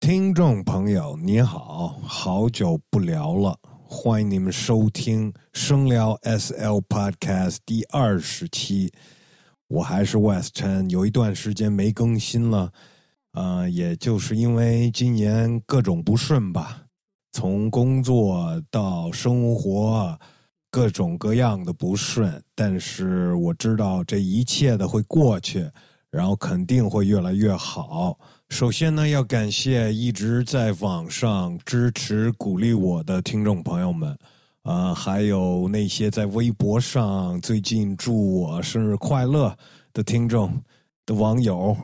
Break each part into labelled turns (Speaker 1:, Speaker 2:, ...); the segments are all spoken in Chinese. Speaker 1: 听众朋友，你好，好久不聊了，欢迎你们收听《声聊 SL Podcast》第二十期。我还是 West Chen，有一段时间没更新了，呃，也就是因为今年各种不顺吧，从工作到生活，各种各样的不顺。但是我知道这一切的会过去，然后肯定会越来越好。首先呢，要感谢一直在网上支持鼓励我的听众朋友们，啊、还有那些在微博上最近祝我生日快乐的听众的网友。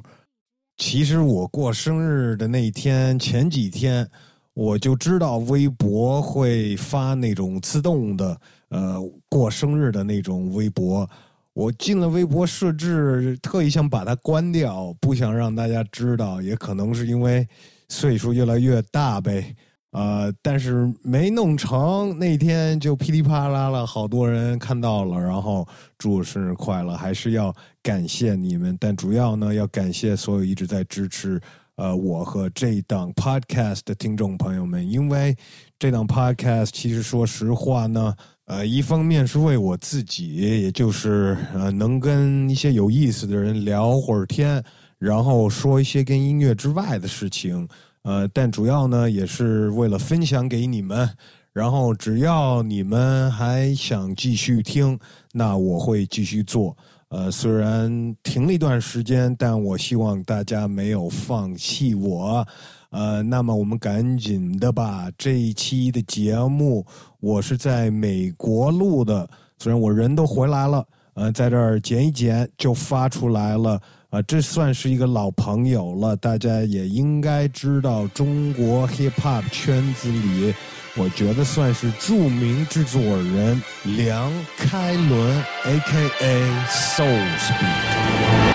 Speaker 1: 其实我过生日的那一天前几天，我就知道微博会发那种自动的，呃，过生日的那种微博。我进了微博设置，特意想把它关掉，不想让大家知道，也可能是因为岁数越来越大呗。呃，但是没弄成，那天就噼里啪啦了，好多人看到了，然后祝我生日快乐，还是要感谢你们，但主要呢要感谢所有一直在支持呃我和这档 podcast 的听众朋友们，因为这档 podcast 其实说实话呢，呃，一方面是为我自己，也就是呃能跟一些有意思的人聊会儿天，然后说一些跟音乐之外的事情，呃，但主要呢也是为了分享给你们。然后只要你们还想继续听，那我会继续做。呃，虽然停了一段时间，但我希望大家没有放弃我。呃，那么我们赶紧的吧。这一期的节目我是在美国录的，虽然我人都回来了，呃，在这儿剪一剪就发出来了。啊、这算是一个老朋友了，大家也应该知道，中国 hip hop 圈子里，我觉得算是著名制作人梁开伦 （A.K.A. Soul Speed）。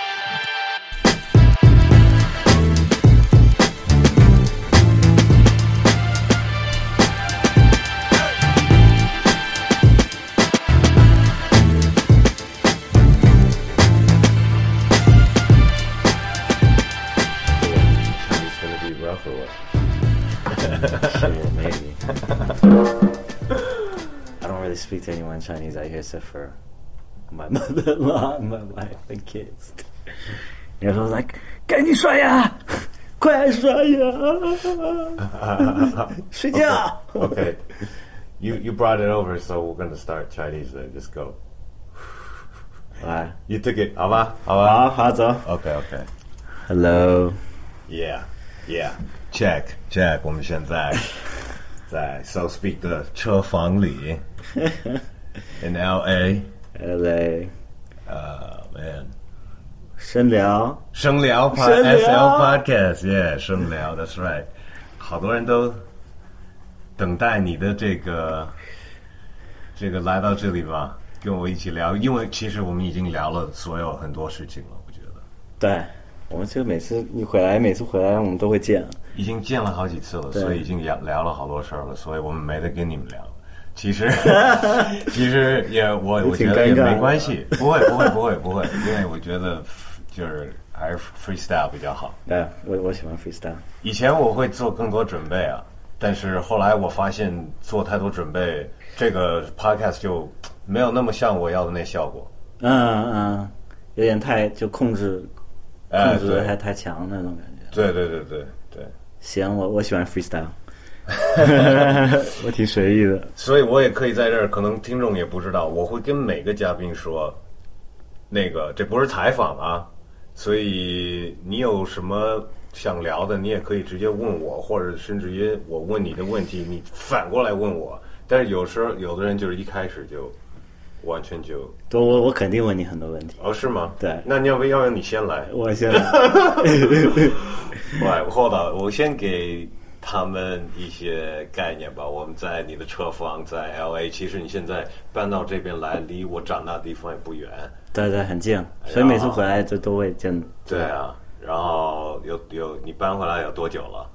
Speaker 2: It's gonna be rough or what? Shit, maybe. I don't really speak to anyone Chinese out here except for my mother-in-law, and my wife, and kids. You know, so I was like, "Can you try ya? Quite try ya?
Speaker 3: Okay. You you brought it over, so we're gonna start Chinese then. Just go.
Speaker 2: Why?
Speaker 3: You took it. 好吧，好吧。
Speaker 2: Ah, Hazo.
Speaker 3: Uh, Okay, okay.
Speaker 2: Hello.
Speaker 3: Yeah, yeah. Check, check. 我们现在 在 So Speak 的车房里 ，in L.A.
Speaker 2: LA.
Speaker 3: Uh, man.
Speaker 2: 深聊.
Speaker 3: 声聊 pod
Speaker 2: 声聊
Speaker 3: SL podcast，耶、yeah,，声聊，That's right。好多人都等待你的这个这个来到这里吧，跟我一起聊，因为其实我们已经聊了所有很多事情了，我觉得
Speaker 2: 对，我们就每次你回来，每次回来我们都会见。
Speaker 3: 已经见了好几次了，
Speaker 2: 对
Speaker 3: 所以已经聊聊了好多事儿了，所以我们没得跟你们聊。其实其实也我我
Speaker 2: 挺
Speaker 3: 觉得也
Speaker 2: 尴尬的
Speaker 3: 没关系，不会不会不会不会，因为我觉得就是还是 freestyle 比较好。
Speaker 2: 对，我我喜欢 freestyle。
Speaker 3: 以前我会做更多准备啊，但是后来我发现做太多准备，这个 podcast 就没有那么像我要的那效果。
Speaker 2: 嗯嗯，有点太就控制
Speaker 3: 哎
Speaker 2: 控制的
Speaker 3: 对
Speaker 2: 太太强那种感觉。
Speaker 3: 对对对对对，
Speaker 2: 行，我我喜欢 freestyle，我挺随意的。
Speaker 3: 所以我也可以在这儿，可能听众也不知道，我会跟每个嘉宾说，那个这不是采访啊，所以你有什么想聊的，你也可以直接问我，或者甚至于我问你的问题，你反过来问我。但是有时候有的人就是一开始就完全就。
Speaker 2: 对，我我肯定问你很多问题。
Speaker 3: 哦，是吗？
Speaker 2: 对
Speaker 3: 那你要不要不要你先 来？哎
Speaker 2: 我现在
Speaker 3: 我后头我先给他们一些概念吧。我们在你的车房在 L A，其实你现在搬到这边来，离我长大的地方也不远。
Speaker 2: 对对很近，
Speaker 3: 哎
Speaker 2: 所以每次回来就都会见。
Speaker 3: 对啊，然后有有你搬回来有多久了？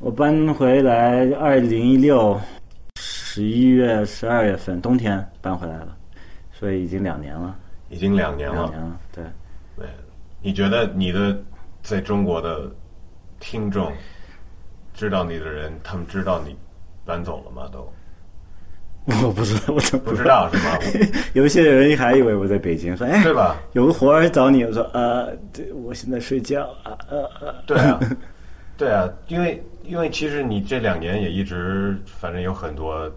Speaker 2: 我搬回来二零一六十一月十二月份冬天搬回来了，所以已经两年了，
Speaker 3: 已经两年
Speaker 2: 两
Speaker 3: 了
Speaker 2: 年。了。对，
Speaker 3: 对，你觉得你的在中国的听众知道你的人，他们知道你搬走了吗？都
Speaker 2: 我不知道，我真
Speaker 3: 不知道是吗？
Speaker 2: 有一些人还以为我在北京，说哎，
Speaker 3: 对吧？
Speaker 2: 有个活儿找你，我说呃，对我现在睡觉啊呃呃，
Speaker 3: 对 啊，对啊，因为因为其实你这两年也一直，反正有很多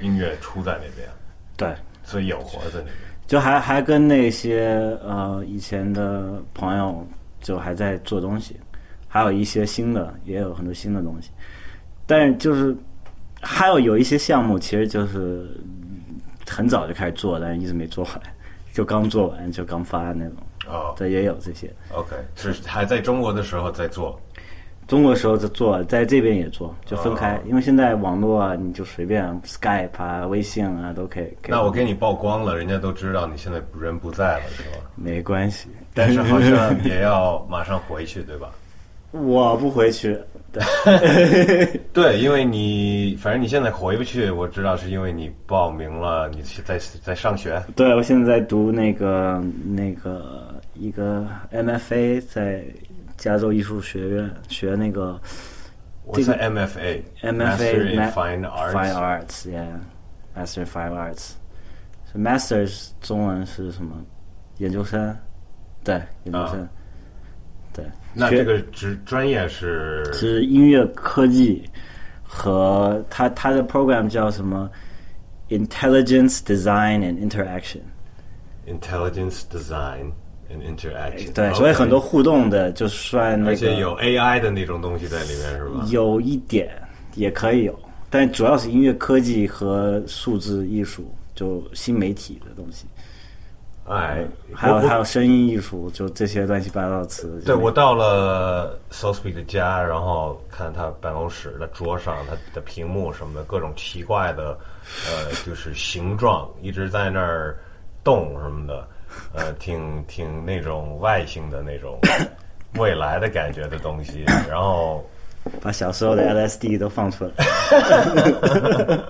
Speaker 3: 音乐出在那边，
Speaker 2: 对，
Speaker 3: 所以有活在那边。
Speaker 2: 就还还跟那些呃以前的朋友就还在做东西，还有一些新的，也有很多新的东西，但是就是还有有一些项目，其实就是嗯很早就开始做，但是一直没做完，就刚做完就刚发那种，
Speaker 3: 哦
Speaker 2: 这也有这些。
Speaker 3: ，OK，是还在中国的时候在做，
Speaker 2: 中国时候就做，在这边也做，就分开，
Speaker 3: 哦
Speaker 2: 因为现在网络啊，你就随便 Skype 啊、微信啊都可以。可以
Speaker 3: 那我给你曝光了，人家都知道你现在人不在了，是 吧？
Speaker 2: 没关系，
Speaker 3: 但是好像也要马上回去，对吧？
Speaker 2: 我不回去。对
Speaker 3: 对，因为你反正你现在回不去，我知道是因为你报名了，你是在在上学。
Speaker 2: 对，我现在在读那个那个一个 MFA，在加州艺术学院学那个
Speaker 3: 我
Speaker 2: 这个
Speaker 3: 在 MFA，Master
Speaker 2: MFA
Speaker 3: in Fine Arts，
Speaker 2: Fine Arts，yeah，Master in Fine Arts。是 Masters 中文是什么？研究生，对，研究
Speaker 3: 啊
Speaker 2: 生，对。
Speaker 3: 那
Speaker 2: 学
Speaker 3: 这个职专业是
Speaker 2: 是音乐科技和它它的 program 叫什么？Intelligence Design and Interaction，
Speaker 3: Intelligence Design and Interaction。
Speaker 2: 对
Speaker 3: OK
Speaker 2: 所以很多，互动的就算那
Speaker 3: 而
Speaker 2: 个
Speaker 3: 且有 AI 的那种东西在里面是吧？
Speaker 2: 有一点也可以有，但主要是音乐科技和数字艺术，就新媒体的东西，呃
Speaker 3: 哎，
Speaker 2: 还有
Speaker 3: 我
Speaker 2: 还有声音艺术，就这些乱七八糟的词。
Speaker 3: 对我到了 s o s p e 的家，然后看他办公室的桌上，他的屏幕什么的，各种奇怪的，呃，就是形状一直在那儿动什么的，呃，挺挺那种外星的那 种未来的感觉的东西。然后
Speaker 2: 把小时候的 LSD 都放出来。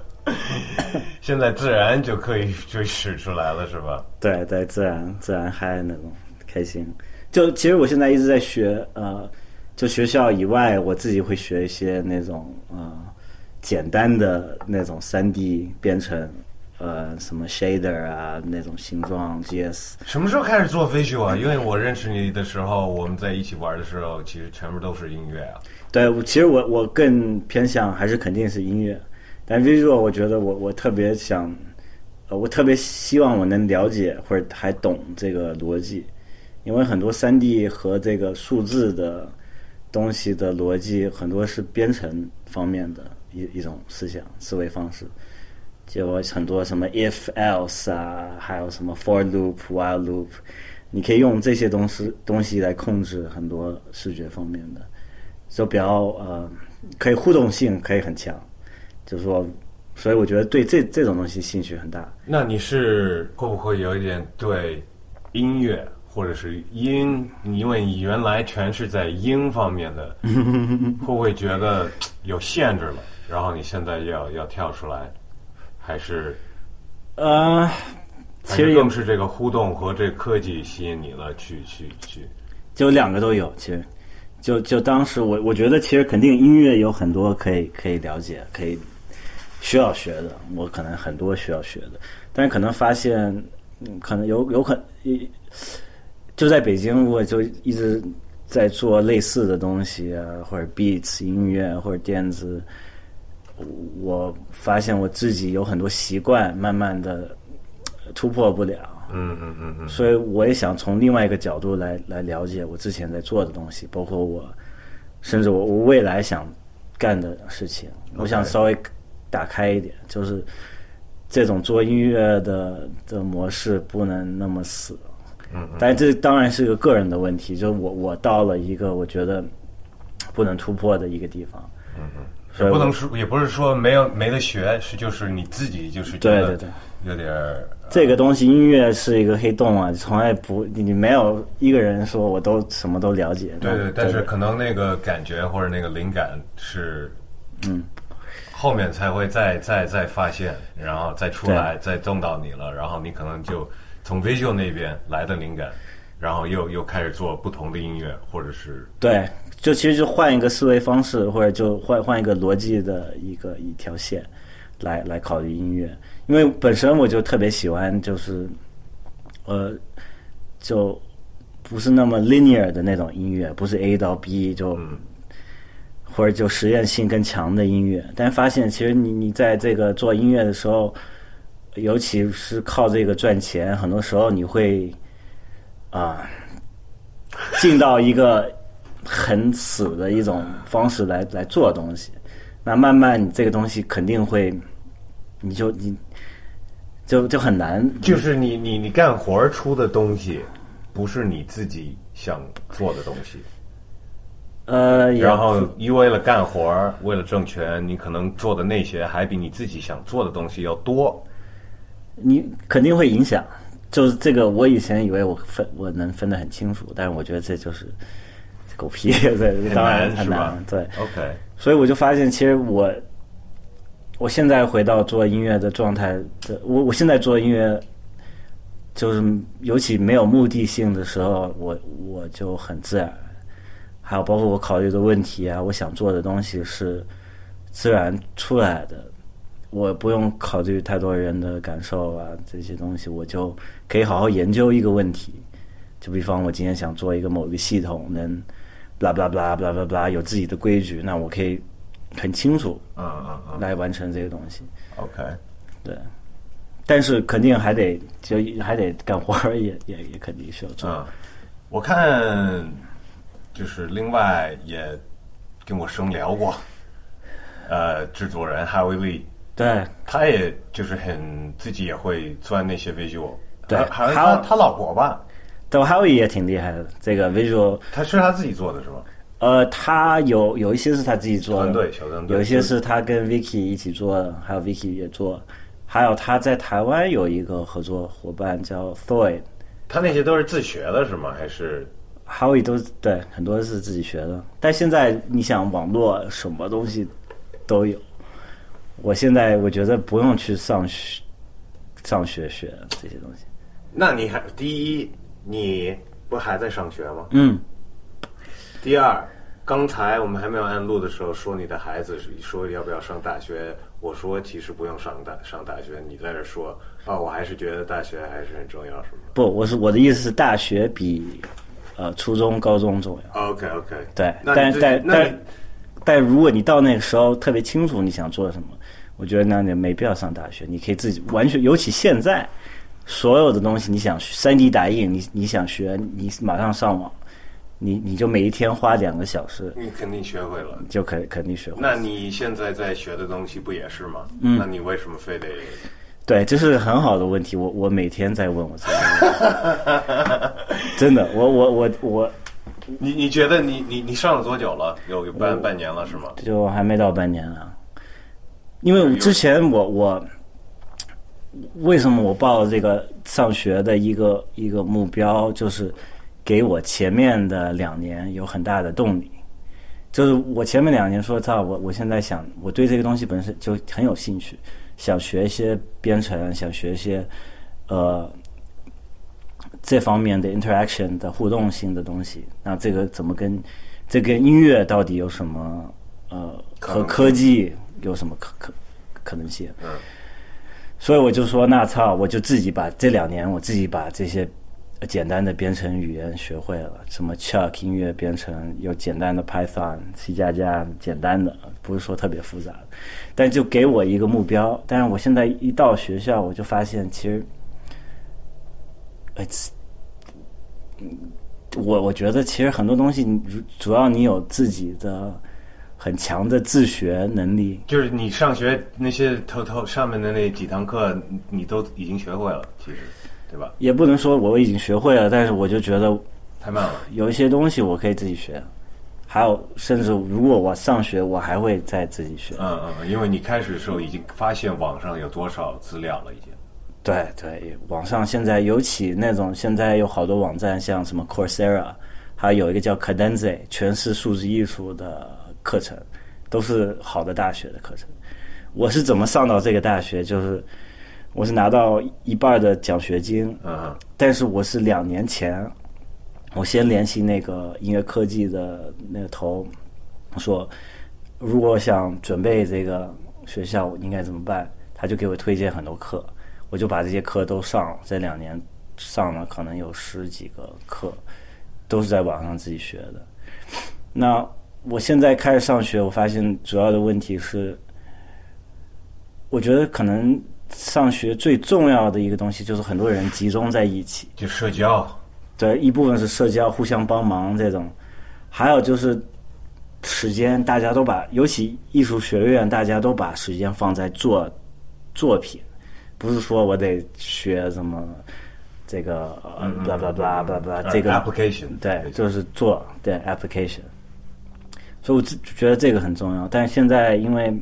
Speaker 3: 现在自然就可以就使出来了，是吧？
Speaker 2: 对对，自然自然嗨那种开心。就其实我现在一直在学，呃，就学校以外，我自己会学一些那种呃简单的那种三 D 编程，呃，什么 shader 啊，那种形状 GS。
Speaker 3: 什么时候开始做 visual 啊？因为我认识你的时候，我们在一起玩的时候，其实全部都是音乐啊。
Speaker 2: 对，我其实我我更偏向还是肯定是音乐，但 visual 我觉得我我特别想，呃，我特别希望我能了解或者还懂这个逻辑，因为很多三 D 和这个数字的东西的逻辑很多是编程方面的一一种思想思维方式，就很多什么 if else 啊，还有什么 for loop while loop，你可以用这些东西东西来控制很多视觉方面的。就比较呃，可以互动性可以很强，就是说，所以我觉得对这这种东西兴趣很大。
Speaker 3: 那你是会不会有一点对音乐或者是音？因为你原来全是在音方 面的，会不会觉得有限制了？然后你现在要要跳出来，还是
Speaker 2: 呃，
Speaker 3: 还
Speaker 2: 其
Speaker 3: 是
Speaker 2: 实
Speaker 3: 更
Speaker 2: 有
Speaker 3: 是这个互动和这科技吸引你了？去去去，
Speaker 2: 就两个都有，其实就就当时我我觉得其实肯定音乐有很多可以可以了解，可以需要学的，我可能很多需要学的，但是可能发现，嗯可能有有可一就在北京，我就一直在做类似的东西啊，或者 beats 音乐或者电子，我发现我自己有很多习惯，慢慢的突破不了。
Speaker 3: 嗯嗯嗯嗯，
Speaker 2: 所以我也想从另外一个角度来来了解我之前在做的东西，包括我，甚至我我未来想干的事情。我想稍微打开一点，就是这种做音乐的的模式不能那么死。嗯，但这当然是个个人的问题，就是我我到了一个我觉得不能突破的一个地方。嗯
Speaker 3: 也
Speaker 2: 嗯，
Speaker 3: 不能说也不是说没有没得学，是就是你自己就是觉
Speaker 2: 对
Speaker 3: 得
Speaker 2: 对对
Speaker 3: 有点儿
Speaker 2: 这个东西，音乐是一个黑洞啊，从来不你你没有一个人说我都什么都了解。
Speaker 3: 对
Speaker 2: 那
Speaker 3: 对，但是可能那个感觉或者那个灵感是，嗯，后面才会再再再发现，然后再出来，再动到你了，然后你可能就从 visual 那边来的灵感，然后又又开始做不同的音乐，或者是
Speaker 2: 对，就其实就换一个思维方式，或者就换换一个逻辑的一个一条线来来考虑音乐，因为本身我就特别喜欢就是呃就不是那么 linear 的那种音乐，不是 A 到 B 就。
Speaker 3: 嗯
Speaker 2: 或者就实验性更强的音乐，但发现其实你你在这个做音乐的时候，尤其是靠这个赚钱，很多时候你会 啊进到一个很死的一种方式来来做东西。那慢慢你这个东西肯定会，你就你就就很难。
Speaker 3: 就是你你你干活儿出的东西，不是你自己想做的东西。
Speaker 2: 呃，也
Speaker 3: 然后你为了干活儿，为了挣钱，你可能做的那些还比你自己想做的东西要多。
Speaker 2: 你肯定会影响。就是这个，我以前以为我分我能分得很清楚，但是我觉得这就是狗屁， 对，当然
Speaker 3: 很
Speaker 2: 很
Speaker 3: 难
Speaker 2: 难，对。
Speaker 3: OK，
Speaker 2: 所以我就发现，其实我我现在回到做音乐的状态，这我我现在做音乐，就是尤其没有目的性的时候，我我就很自然。还有包括我考虑的问题啊，我想做的东西是自然出来的，我不用考虑太多人的感受啊这些东西，我就可以好好研究一个问题。就比方我今天想做一个某个系统能。blah blah blah blah blah blah，有自己的规矩，那我可以很清楚
Speaker 3: 嗯嗯嗯
Speaker 2: 来完成这个东西。
Speaker 3: ，OK，
Speaker 2: 对，但是肯定还得就还得干活儿，也也也肯定是要做。
Speaker 3: 嗯，我看就是另外也跟我生聊过，呃，制作人 Howie Lee，
Speaker 2: 对，
Speaker 3: 他也就是很自己也会钻那些 visual，
Speaker 2: 对
Speaker 3: 好像
Speaker 2: 他
Speaker 3: 他他老婆吧，
Speaker 2: 但还有也挺厉害的，这个 visual，
Speaker 3: 他是他自己做的是吗？
Speaker 2: 呃，他有有一些是他自己做的，
Speaker 3: 团队小团队
Speaker 2: 有一些是他跟 Vicky 一起做的，还有 Vicky 也做，还有他在台湾有一个合作伙伴叫 Thoy，
Speaker 3: 他那些都是自学的是吗？还是
Speaker 2: Howie 都是对，很多是自己学的。但现在你想，网络什么东西都有。我现在我觉得不用去上学，上学学这些东西。
Speaker 3: 那你还第一，你不还在上学吗？
Speaker 2: 嗯，
Speaker 3: 第二，刚才我们还没有按录的时候，说你的孩子是说要不要上大学，我说其实不用上大上大学，你在这说啊，我还是觉得大学还是很重要，是 吗
Speaker 2: 不，我是我的意思是，大学比呃初中、高中重要。
Speaker 3: ？OK OK，
Speaker 2: 对，
Speaker 3: 那
Speaker 2: 但
Speaker 3: 你
Speaker 2: 但
Speaker 3: 那你
Speaker 2: 但但如果你到那个时候特别清楚你想做什么，我觉得那你没必要上大学，你可以自己完全，尤其现在所有的东西，你想三 D 打印，你你想学，你马上上网，你你就每一天花两个小时
Speaker 3: 你肯定学会了。
Speaker 2: 就可以肯定学会。
Speaker 3: 那你现在在学的东西不也是吗？那你为什么非得？
Speaker 2: 对，这是很好的问题，我我每天在问我自己， 真的，我我我我
Speaker 3: 你你觉得你你你上了多久了？有有半半年了是吗？
Speaker 2: 就还没到半年啊。因为之前我我为什么我报这个上学的一个一个目标，就是给我前面的两年有很大的动力。就是我前面两年说，操，我我现在想，我对这个东西本身就很有兴趣，想学一些编程，想学一些呃这方面的 interaction 的互动性的东西。那这个怎么跟这跟音乐到底有什么呃
Speaker 3: 可
Speaker 2: 和
Speaker 3: 能性
Speaker 2: 科技有什么可可可能性？
Speaker 3: 嗯，
Speaker 2: 所以我就说，那操，我就自己把这两年我自己把这些简单的编程语言学会了，什么 Chuck 音乐编程，有简单的 Python、C 加加，简单的，不是说特别复杂的，但就给我一个目标。但是我现在一到学校，我就发现其实，it's，嗯我我觉得其实很多东西，你如主要你有自己的很强的自学能力，
Speaker 3: 就是你上学那些头头上面的那几堂课，你你都已经学会了，其实，对吧？
Speaker 2: 也不能说我已经学会了，但是我就觉得
Speaker 3: 太慢了。
Speaker 2: 有一些东西我可以自己学，还有甚至如果我上学，我还会再自己学。
Speaker 3: 嗯嗯，嗯因为你开始的时候已经发现网上有多少资料了，已经。
Speaker 2: 对对，网上现在尤其那种现在有好多网站，像什么 Coursera，还有一个叫 Cadenze，全是数字艺术的课程，都是好的大学的课程。我是怎么上到这个大学？就是我是拿到一半的奖学金，
Speaker 3: 嗯，嗯
Speaker 2: 但是我是两年前我先联系那个音乐科技的那个头，我说如果想准备这个学校我应该怎么办，他就给我推荐很多课，我就把这些课都上了，这两年上了可能有十几个课，都是在网上自己学的。那我现在开始上学，我发现主要的问题是，我觉得可能上学最重要的一个东西就是很多人集中在一起，
Speaker 3: 就社交，
Speaker 2: 对，一部分是社交，互相帮忙这种，还有就是时间，大家都把，尤其艺术学院，大家都把时间放在做作品，不是说我得学什么这个呃
Speaker 3: 嗯嗯
Speaker 2: ，blah blah blah blah
Speaker 3: 呃
Speaker 2: blah，这个
Speaker 3: application，
Speaker 2: 对，就是做对 application。所以我自觉得这个很重要，但是现在因为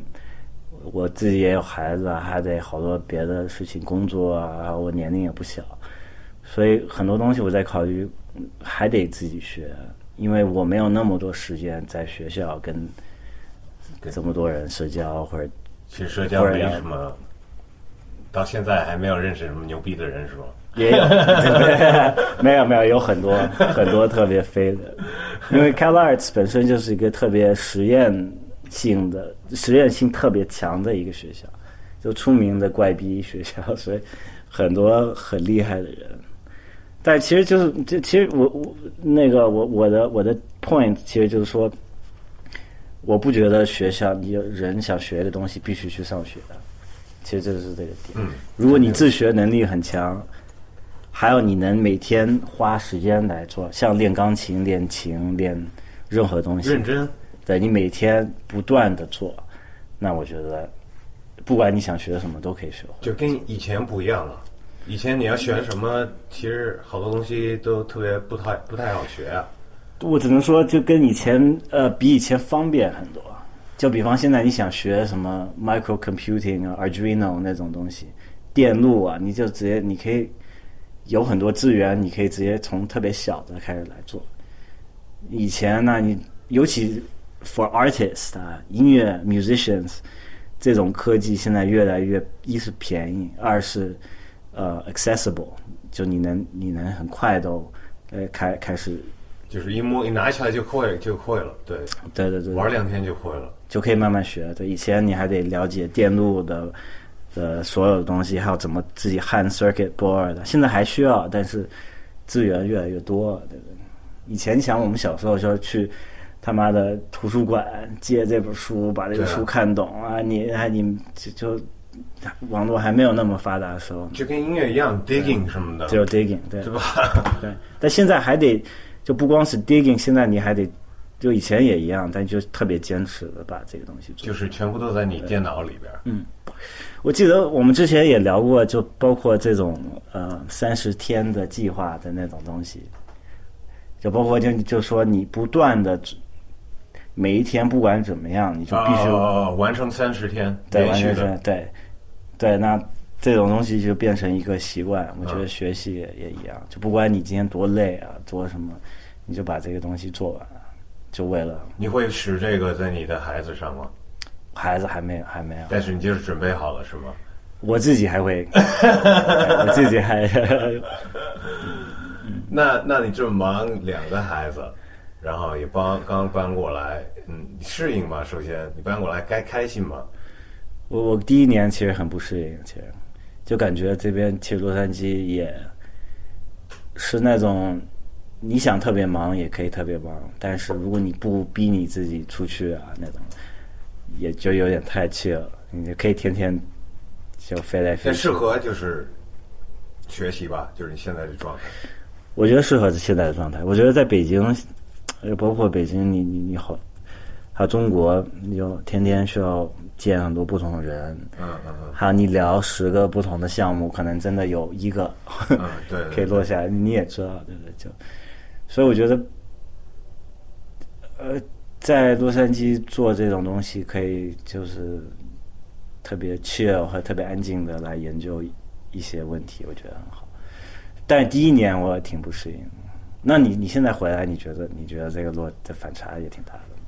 Speaker 2: 我自己也有孩子啊，还得好多别的事情，工作啊，然后我年龄也不小，所以很多东西我在考虑，嗯还得自己学，因为我没有那么多时间在学校跟
Speaker 3: 对
Speaker 2: 这么多人社交或者
Speaker 3: 其实社交没什么，到现在还没有认识什么牛逼的人，是吧？
Speaker 2: 也有， 没有没有，有很多很多特别飞的，因为 Cal Arts 本身就是一个特别实验性的、实验性特别强的一个学校，就出名的怪逼学校， 所以很多很厉害的人。但其实就是，这其实我我那个我我的我的 point 其实就是说，我不觉得学校你有人想学的东西必须去上学的，其实这就是这个点。
Speaker 3: 嗯
Speaker 2: 如果你自学能力很强，还有你能每天花时间来做，像练钢琴、练琴、练任何东西，
Speaker 3: 认真，
Speaker 2: 对你每天不断的做，那我觉得，不管你想学什么都可以学会。
Speaker 3: 就跟以前不一样了。以前你要学什么，其实好多东西都特别不太不太好学啊。
Speaker 2: 我只能说，就跟以前呃比以前方便很多。就比方现在你想学什么 micro computing 啊、Arduino 那种东西，电路啊，你就直接你可以有很多资源，你可以直接从特别小的开始来做。以前呢，你尤其 for artist 啊，音乐 musicians 这种科技现在越来越一是便宜，二是呃 accessible，就你能你能很快都呃开开始
Speaker 3: 就是一摸一拿起来就会就会了，对，
Speaker 2: 对对对，
Speaker 3: 玩两天就会了。
Speaker 2: 就可以慢慢学。对，以前你还得了解电路的的所有的东西，还有怎么自己焊 circuit board 的，现在还需要，但是资源越来越多了，对不对？啊以前你想我们小时候就是去他妈的图书馆借这本书，把这个
Speaker 3: 对啊
Speaker 2: 书看懂啊，你还你就就网络还没有那么发达的时候，
Speaker 3: 就跟音乐一样，digging 什么的，
Speaker 2: 只有 digging 对
Speaker 3: 对吧？
Speaker 2: 对，但现在还得就不光是 digging，现在你还得就以前也一样，但就特别坚持的把这个东西做。
Speaker 3: 就是全部都在你电脑里边。
Speaker 2: 我记得我们之前也聊过，就包括这种呃三十天的计划的那种东西，就包括就就说你不断的每一天不管怎么样，你就必须
Speaker 3: 哦哦哦完成三十天，
Speaker 2: 对
Speaker 3: 连
Speaker 2: 完
Speaker 3: 续
Speaker 2: 全
Speaker 3: 的
Speaker 2: 是对对，那这种东西就变成一个习惯。我觉得学习也也一样，就不管你今天多累啊，多什么，你就把这个东西做完，啊就为了
Speaker 3: 你会使这个在你的孩子上吗？
Speaker 2: 孩子还没有还没有。
Speaker 3: 但是你就是准备好了是吗？
Speaker 2: 我自己还会， 我自己还
Speaker 3: 那那你这么忙，两个孩子，然后也帮刚搬过来，嗯，你适应吗？首先你搬过来该开心吗？
Speaker 2: 我我第一年其实很不适应，其实就感觉这边其实洛杉矶也是那种你想特别忙也可以特别忙，但是如果你不逼你自己出去啊那种，也就有点太 chill 了。你就可以天天就飞来飞
Speaker 3: 但
Speaker 2: 去
Speaker 3: 适，合就是学习吧，就是你现在的状态。
Speaker 2: 我觉得适合现在的状态。我觉得在北京，呃包括北京你，你你好，还有中国，你就天天需要见很多不同的人，
Speaker 3: 嗯嗯嗯
Speaker 2: 还有你聊十个不同的项目，可能真的有一个
Speaker 3: 嗯，对，对
Speaker 2: 可以落下来，你也知道，对不对？就，所以我觉得，呃，在洛杉矶做这种东西，可以就是特别 chill 和特别安静的来研究一些问题，我觉得很好。但第一年我挺不适应的。那你你现在回来，你觉得你觉得这个落这反差也挺大的吗？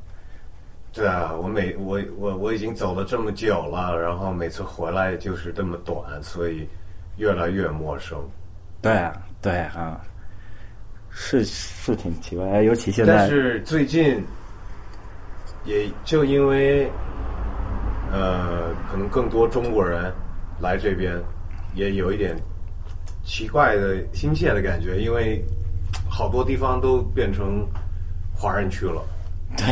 Speaker 3: 对啊，我每我我我已经走了这么久了，然后每次回来就是这么短，所以越来越陌生。
Speaker 2: 对啊，对啊，是是挺奇怪，尤其现
Speaker 3: 但
Speaker 2: 在
Speaker 3: 是最近，也就因为，呃，可能更多中国人来这边，也有一点奇怪的亲切的感觉，因为好多地方都变成华人区了。
Speaker 2: 对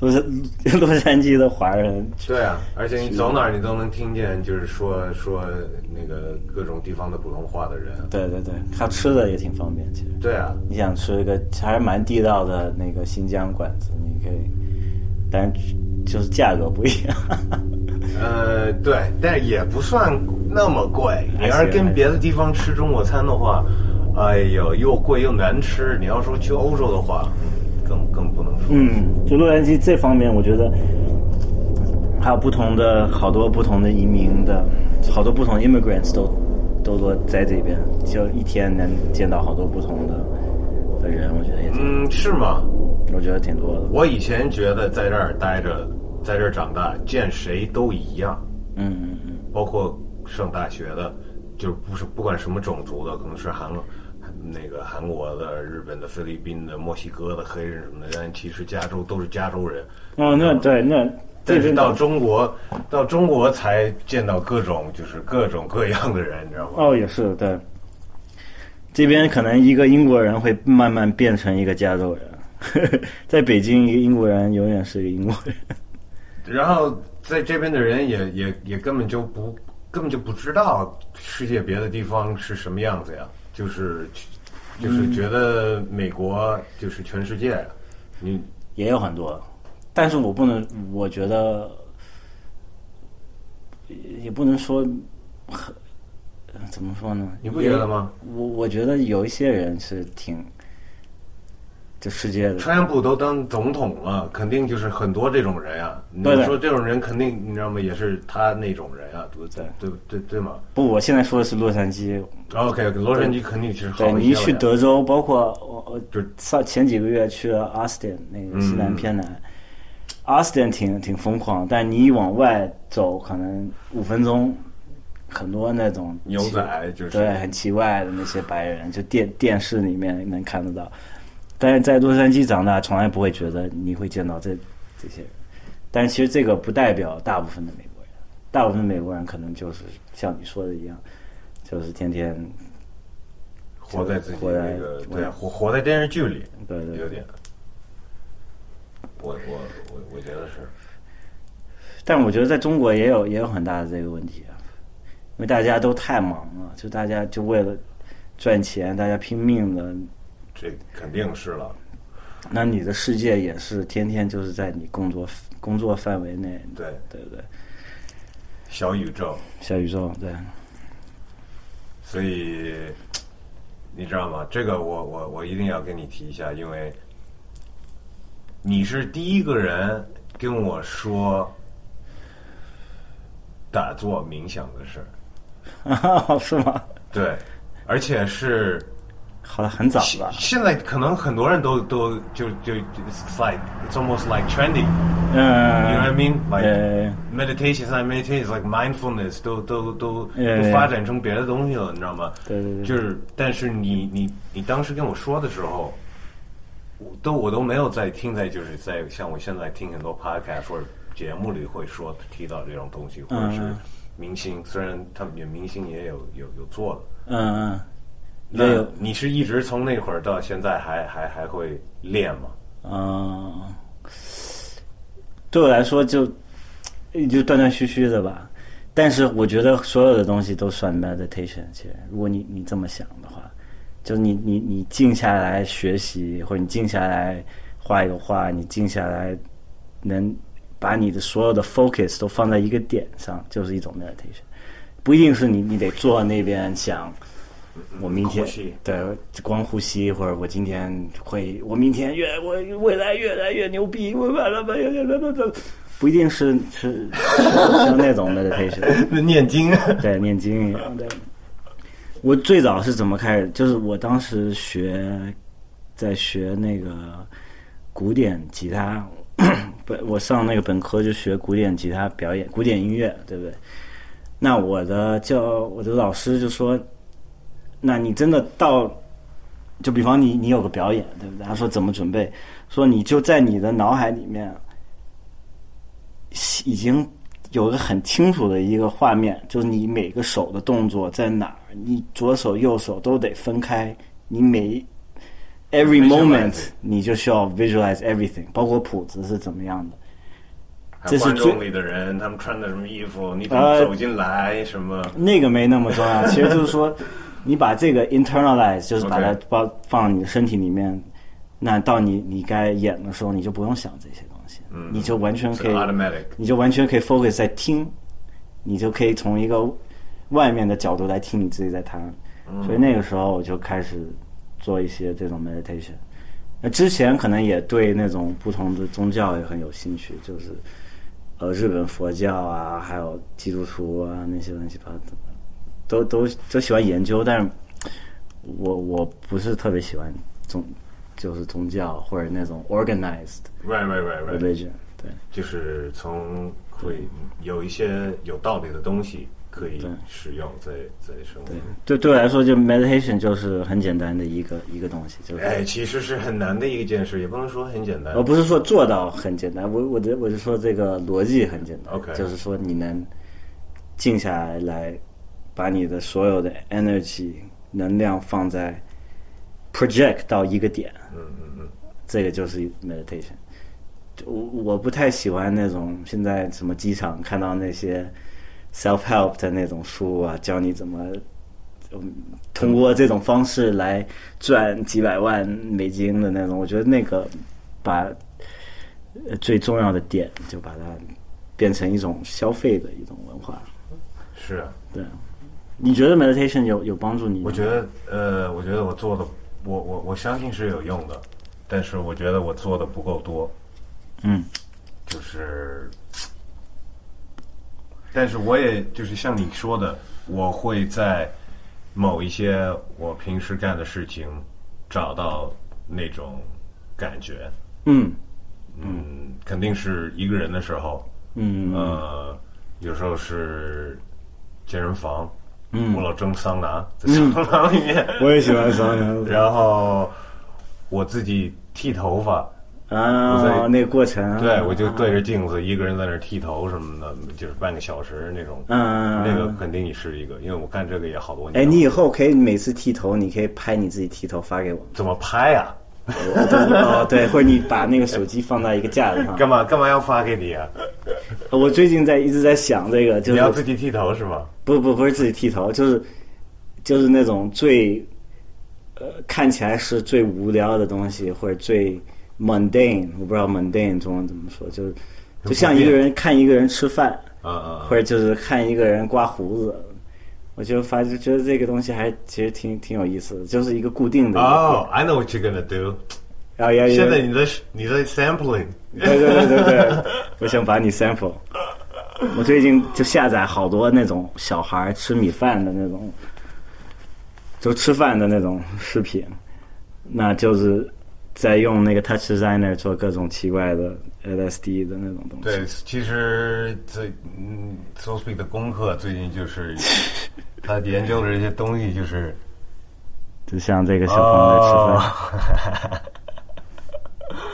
Speaker 2: 洛杉洛杉 矶的华人
Speaker 3: 对啊，而且你走哪儿你都能听见，就是说说那个各种地方的普通话的人。
Speaker 2: 对对对，他吃的也挺方便，其实。
Speaker 3: 对啊，
Speaker 2: 你想吃一个还是蛮地道的那个新疆馆子，你可以，但就是价格不一 样。
Speaker 3: 呃，对，但也不算那么贵。你要
Speaker 2: 还
Speaker 3: 是
Speaker 2: 行
Speaker 3: 跟别的地方吃中国餐的话，哎呦，又贵又难吃。你要说去欧洲的话，更更不能说。
Speaker 2: 嗯，就洛杉矶这方面，我觉得还有不同的好多不同的移民的，好多不同的 immigrants 都都都在这边，就一天能见到好多不同的的人，我觉得也挺，
Speaker 3: 嗯，是吗？
Speaker 2: 我觉得挺多的。
Speaker 3: 我以前觉得在这儿待着，在这儿长大，见谁都一样，
Speaker 2: 嗯嗯嗯，
Speaker 3: 包括上大学的，就是不是不管什么种族的，可能是韩国。那个韩国的、日本的、菲律宾的、墨西哥的黑人什么的，但其实加州都是加州人，
Speaker 2: 哦，那对那这
Speaker 3: 但是
Speaker 2: 边
Speaker 3: 到中国，到中国才见到各种就是各种各样的人，你 知道吗？
Speaker 2: 哦，也是对。这边可能一个英国人会慢慢变成一个加州人，在北京，一个英国人永远是一个英国人。
Speaker 3: 然后在这边的人也也也根本就不根本就不知道世界别的地方是什么样子呀，就是就是觉得美国就是全世界，你
Speaker 2: 也有很多，但是我不能，我觉得也不能说很怎么说呢？
Speaker 3: 你不觉得吗？
Speaker 2: 也？我我觉得有一些人是挺这世界的，
Speaker 3: 川普都当总统了，肯定就是很多这种人呀。你
Speaker 2: 对对
Speaker 3: 说这种人肯定你知道吗？也是他那种人啊，对对对对对吗
Speaker 2: 不，我现在说的是洛杉矶。
Speaker 3: ？OK，洛杉矶肯定是好
Speaker 2: 对你
Speaker 3: 一
Speaker 2: 一
Speaker 3: 些了
Speaker 2: 去
Speaker 3: 呀
Speaker 2: 德州，包括我我
Speaker 3: 就是嗯
Speaker 2: 上前几个月去了 Austin 那个西南偏南、a u s t i n 挺挺疯狂，但你一往外走，可能五分钟，很多那种
Speaker 3: 牛仔就是
Speaker 2: 对，很奇怪的那些白人，就电电视里面能看得到。但是在洛杉矶长大，从来不会觉得你会见到这这些人。但其实这个不代表大部分的美国人，大部分美国人可能就是像你说的一样，就是天天
Speaker 3: 活在自己
Speaker 2: 活在嗯
Speaker 3: 那个
Speaker 2: 活在
Speaker 3: 对活活在电视剧里，
Speaker 2: 对对
Speaker 3: 有点。我我我我觉得是，
Speaker 2: 但我觉得在中国也有也有很大的这个问题啊，因为大家都太忙了，就大家就为了赚钱，大家拼命的，
Speaker 3: 这肯定是了。
Speaker 2: 那你的世界也是天天就是在你工作工作范围内，
Speaker 3: 对，
Speaker 2: 对不对？
Speaker 3: 小宇宙，
Speaker 2: 小宇宙，对，
Speaker 3: 所以你知道吗？这个我我我一定要跟你提一下，因为你是第一个人跟我说打坐冥想的事儿，
Speaker 2: 是吗？
Speaker 3: 对，而且是
Speaker 2: 好了，很早吧？
Speaker 3: 现在可能很多人都都就就 it's like it's almost like trendy。You know what I
Speaker 2: 嗯，
Speaker 3: mean? Like
Speaker 2: Yeah, yeah,
Speaker 3: meditation, not meditation, like mindfulness 都都都
Speaker 2: Yeah,
Speaker 3: 都
Speaker 2: yeah.
Speaker 3: 发展成别的东西了，你知道吗？
Speaker 2: 对对对
Speaker 3: 就是，但是你你你当时跟我说的时候，我都我都没有在听，在就是在像我现在听很多 podcast 或者节目里会说提到这种东西，或者是
Speaker 2: 嗯
Speaker 3: 明星，虽然他们也明星也有有有做的，
Speaker 2: 嗯
Speaker 3: 那
Speaker 2: 也有
Speaker 3: 你是一直从那会儿到现在还还还会练吗？
Speaker 2: 嗯嗯，对我来说就就断断续续的吧。但是我觉得所有的东西都算 meditation。其实，如果你你这么想的话，就你你你静下来学习，或者你静下来画一个画，你静下来能把你的所有的 focus 都放在一个点上，就是一种 meditation。不一定是你你得坐那边想，我明天
Speaker 3: 呼吸
Speaker 2: 对光呼吸，或者我今天会，我明天越我未来越来越牛逼，我完了完了完了完了，不一定是是像那种 meditation。
Speaker 3: 那念经啊
Speaker 2: 对，念经一样对。我最早是怎么开始？就是我当时学，在学那个古典吉他， 本我上那个本科就学古典吉他表演、古典音乐，对不对？那我的教我的老师就说，那你真的到就比方你你有个表演，对不对？他说怎么准备，说你就在你的脑海里面已经有个很清楚的一个画面，就是你每个手的动作在哪儿，你左手右手都得分开，你每 every moment 你就需要 visualize everything，包括谱子是怎么样的。这是
Speaker 3: 观
Speaker 2: 最
Speaker 3: 众里的人，他们穿的什么衣服，你怎么
Speaker 2: 呃
Speaker 3: 走进来，什么
Speaker 2: 那个没那么重 要，其实就是说，你把这个 internalize，就是把它
Speaker 3: OK
Speaker 2: 包放你的身体里面，那到你你该演的时候，你就不用想这些东西，你就完全可以
Speaker 3: 嗯是啊 automatic
Speaker 2: 你就完全可以 focus 在听，你就可以从一个外面的角度来听你自己在弹。
Speaker 3: 嗯
Speaker 2: 所以那个时候我就开始做一些这种 meditation。那之前可能也对那种不同的宗教也很有兴趣，就是呃日本佛教啊，还有基督徒啊那些乱七八糟，都都都喜欢研究，但是我我不是特别喜欢宗就是宗教或者那种 organized
Speaker 3: ？Right, right, right, right.
Speaker 2: religion。对，
Speaker 3: 就是从会有一些有道理的东西可以
Speaker 2: 对
Speaker 3: 使用在在生活中。
Speaker 2: 对对我来说，就 meditation 就是很简单的一个一个东西，就是
Speaker 3: 哎，其实是很难的一件事，也不能说很简单
Speaker 2: 我。哦不是说做到很简单，我我的我是说这个逻辑很简单
Speaker 3: OK
Speaker 2: 就是说你能静下来来，把你的所有的 energy 能量放在 project 到一个点，嗯嗯嗯，这个就是 meditation。就我我不太喜欢那种现在什么机场看到那些 self help 的那种书啊，教你怎么嗯通过这种方式来赚几百万美金的那种，我觉得那个把呃最重要的点就把它变成一种消费的一种文化。
Speaker 3: 是啊，
Speaker 2: 对，你觉得 meditation 有有帮助你吗？
Speaker 3: 我觉得呃，我觉得我做的，我我我相信是有用的，但是我觉得我做的不够多。
Speaker 2: 嗯，
Speaker 3: 就是，但是我也就是像你说的，我会在某一些我平时干的事情找到那种感觉。
Speaker 2: 嗯
Speaker 3: 嗯，肯定是一个人的时候，
Speaker 2: 嗯
Speaker 3: 呃，有时候是健身房，
Speaker 2: 嗯
Speaker 3: 我老蒸桑拿，在桑拿里 面，
Speaker 2: 我也喜欢桑拿
Speaker 3: 然后我自己剃头发，我
Speaker 2: 啊，
Speaker 3: 在
Speaker 2: 那个过程啊，
Speaker 3: 对我就对着镜子一个人在那儿剃头什么的，就是半个小时那种，
Speaker 2: 嗯
Speaker 3: 那个肯定也是一个，因为我干这个也好多年
Speaker 2: 哎，
Speaker 3: 了。
Speaker 2: 你以后可以每次剃头，你可以拍你自己剃头发给我们。
Speaker 3: 怎么拍呀、
Speaker 2: 我对哦，对，或者你把那个手机放在一个架子上。
Speaker 3: 干嘛干嘛要发给你啊？
Speaker 2: 我最近在一直在想这个，就
Speaker 3: 你
Speaker 2: 是
Speaker 3: 要自己剃头是吗？
Speaker 2: 不不不是自己剃头，就是就是那种最呃看起来是最无聊的东西，或者最 mundane，我不知道 mundane 中文怎么说，就是就像一个人看一个人吃饭，
Speaker 3: 啊啊
Speaker 2: 或者就是看一个人刮胡子。我就发就觉得这个东西还其实挺挺有意思的，就是一个固定的一个，
Speaker 3: 哦、i know what you're gonna do。
Speaker 2: 然后要
Speaker 3: 现在你在你在 sampling，
Speaker 2: 对对对对对，我想把你 sample。我最近就下载好多那种小孩儿吃米饭的那种，就吃饭的那种视频，那就是在用那个 Touch Designer 做各种奇怪的 LSD 的那种东西。
Speaker 3: 对，其实最嗯，So Speak 的功课最近就是 他研究的这些东西，就是
Speaker 2: 就像这个小朋友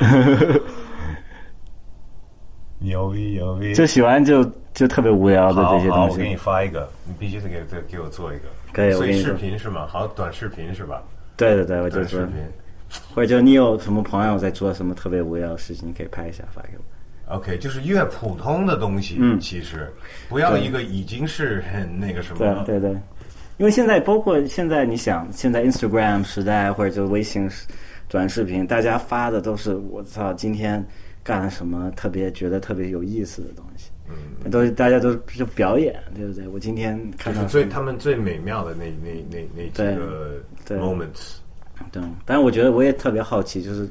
Speaker 2: 在吃饭。
Speaker 3: 哦牛逼牛逼！
Speaker 2: 就喜欢就就特别无聊的
Speaker 3: 好
Speaker 2: 这些
Speaker 3: 好
Speaker 2: 东
Speaker 3: 我给你
Speaker 2: 西，
Speaker 3: 发一个，你必须得给给给我做一个。
Speaker 2: 可以我
Speaker 3: 所
Speaker 2: 给
Speaker 3: 以
Speaker 2: 你
Speaker 3: 视
Speaker 2: 做
Speaker 3: 频是吗？好，短视频是吧？
Speaker 2: 对对对，我就
Speaker 3: 短视
Speaker 2: 说，
Speaker 3: 频。
Speaker 2: 或者就你有什么朋友在做什么特别无聊的事情，你可以拍一下发给我。
Speaker 3: OK，就是越普通的东西，
Speaker 2: 嗯
Speaker 3: 其实不要一个已经是很那个什么
Speaker 2: 对
Speaker 3: 了。
Speaker 2: 对对，因为现在包括现在，你想现在 Instagram 时代或者就微信时短视频，大家发的都是我操，今天干了什么特别觉得特别有意思的东西，嗯，都是大家都就表演，对不对？我今天看
Speaker 3: 就是
Speaker 2: 到
Speaker 3: 最他们最美妙的那那那那几
Speaker 2: 对
Speaker 3: 个
Speaker 2: 对
Speaker 3: moments，
Speaker 2: 对，但是我觉得我也特别好奇，就是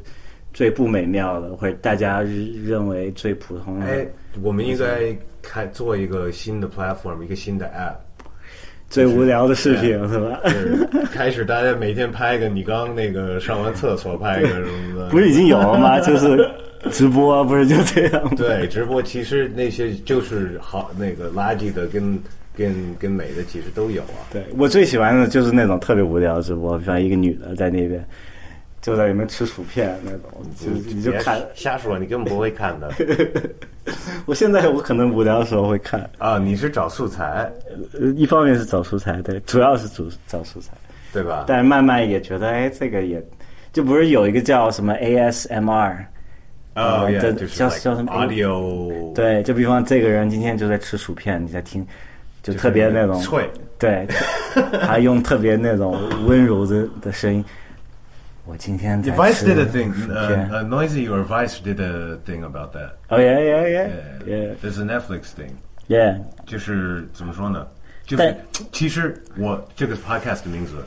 Speaker 2: 最不美妙的，或者大家认认为最普通的，
Speaker 3: 哎，我们应该开做一个新的 platform，一个新的 app，
Speaker 2: 最无聊的视频是吧？
Speaker 3: 就是开始大家每天拍一个，你刚那个上完厕所拍一个什么的，
Speaker 2: 不是已经有了吗？ 就是直播， 不是就这样吗？
Speaker 3: 对，直播其实那些就是好那个垃圾的跟跟跟美的其实都有啊。
Speaker 2: 对我最喜欢的就是那种特别无聊的直播，像一个女的在那边就在里面吃薯片那种，就你就
Speaker 3: 嗯别
Speaker 2: 看。
Speaker 3: 瞎说，你根本不会 看的
Speaker 2: 我现在我可能无聊的时候会看，
Speaker 3: 啊！你是找素材
Speaker 2: 呃一方面是找素材，对，主要是主找素材，
Speaker 3: 对 吧？
Speaker 2: 但慢慢也觉得，哎，这个也就不是有一个叫什么 ASMR，
Speaker 3: 哦
Speaker 2: 呃
Speaker 3: yeah，
Speaker 2: 这
Speaker 3: 就是
Speaker 2: 叫
Speaker 3: like
Speaker 2: 叫什么哎
Speaker 3: audio，，
Speaker 2: 对，就比方这个人今天就在吃薯片，你在听，就特别那种
Speaker 3: 脆，
Speaker 2: 对，还用特别那种温柔的的声音。我今天在
Speaker 3: Vice
Speaker 2: 吃
Speaker 3: did a thing,
Speaker 2: 薯
Speaker 3: uh,
Speaker 2: 片。
Speaker 3: uh, Noisy or Vice did a thing about that.
Speaker 2: Oh yeah
Speaker 3: 哎
Speaker 2: yeah yeah yeah
Speaker 3: Yeah, there's a Netflix thing.
Speaker 2: yeah
Speaker 3: 就是怎么说呢？就是
Speaker 2: 但
Speaker 3: 其实我这个 podcast 的名字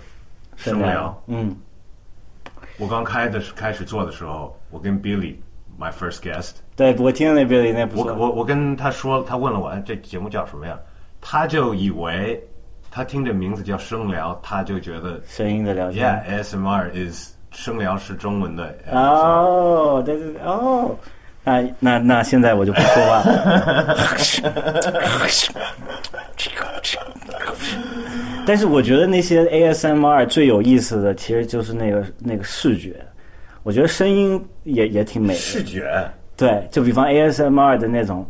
Speaker 2: 真
Speaker 3: 声
Speaker 2: 的
Speaker 3: 聊，
Speaker 2: 嗯，
Speaker 3: 我刚开的时开始做的时候，我跟 Billy my first guest，
Speaker 2: 对，我听那边的那不
Speaker 3: 我
Speaker 2: 错，
Speaker 3: 我我跟他说，他问了我哎这节目叫什么呀？他就以为他听这名字叫声聊，他就觉得
Speaker 2: 声音的聊天。
Speaker 3: Yeah ASMR is 声聊是中文的。
Speaker 2: 哦，对对对，哦，那那那现在我就不说话了。 但是我觉得那些 ASMR 最有意思的，其实就是那个那个视觉。我觉得声音也也挺美的，
Speaker 3: 视觉，
Speaker 2: 对，就比方 ASMR 的那种，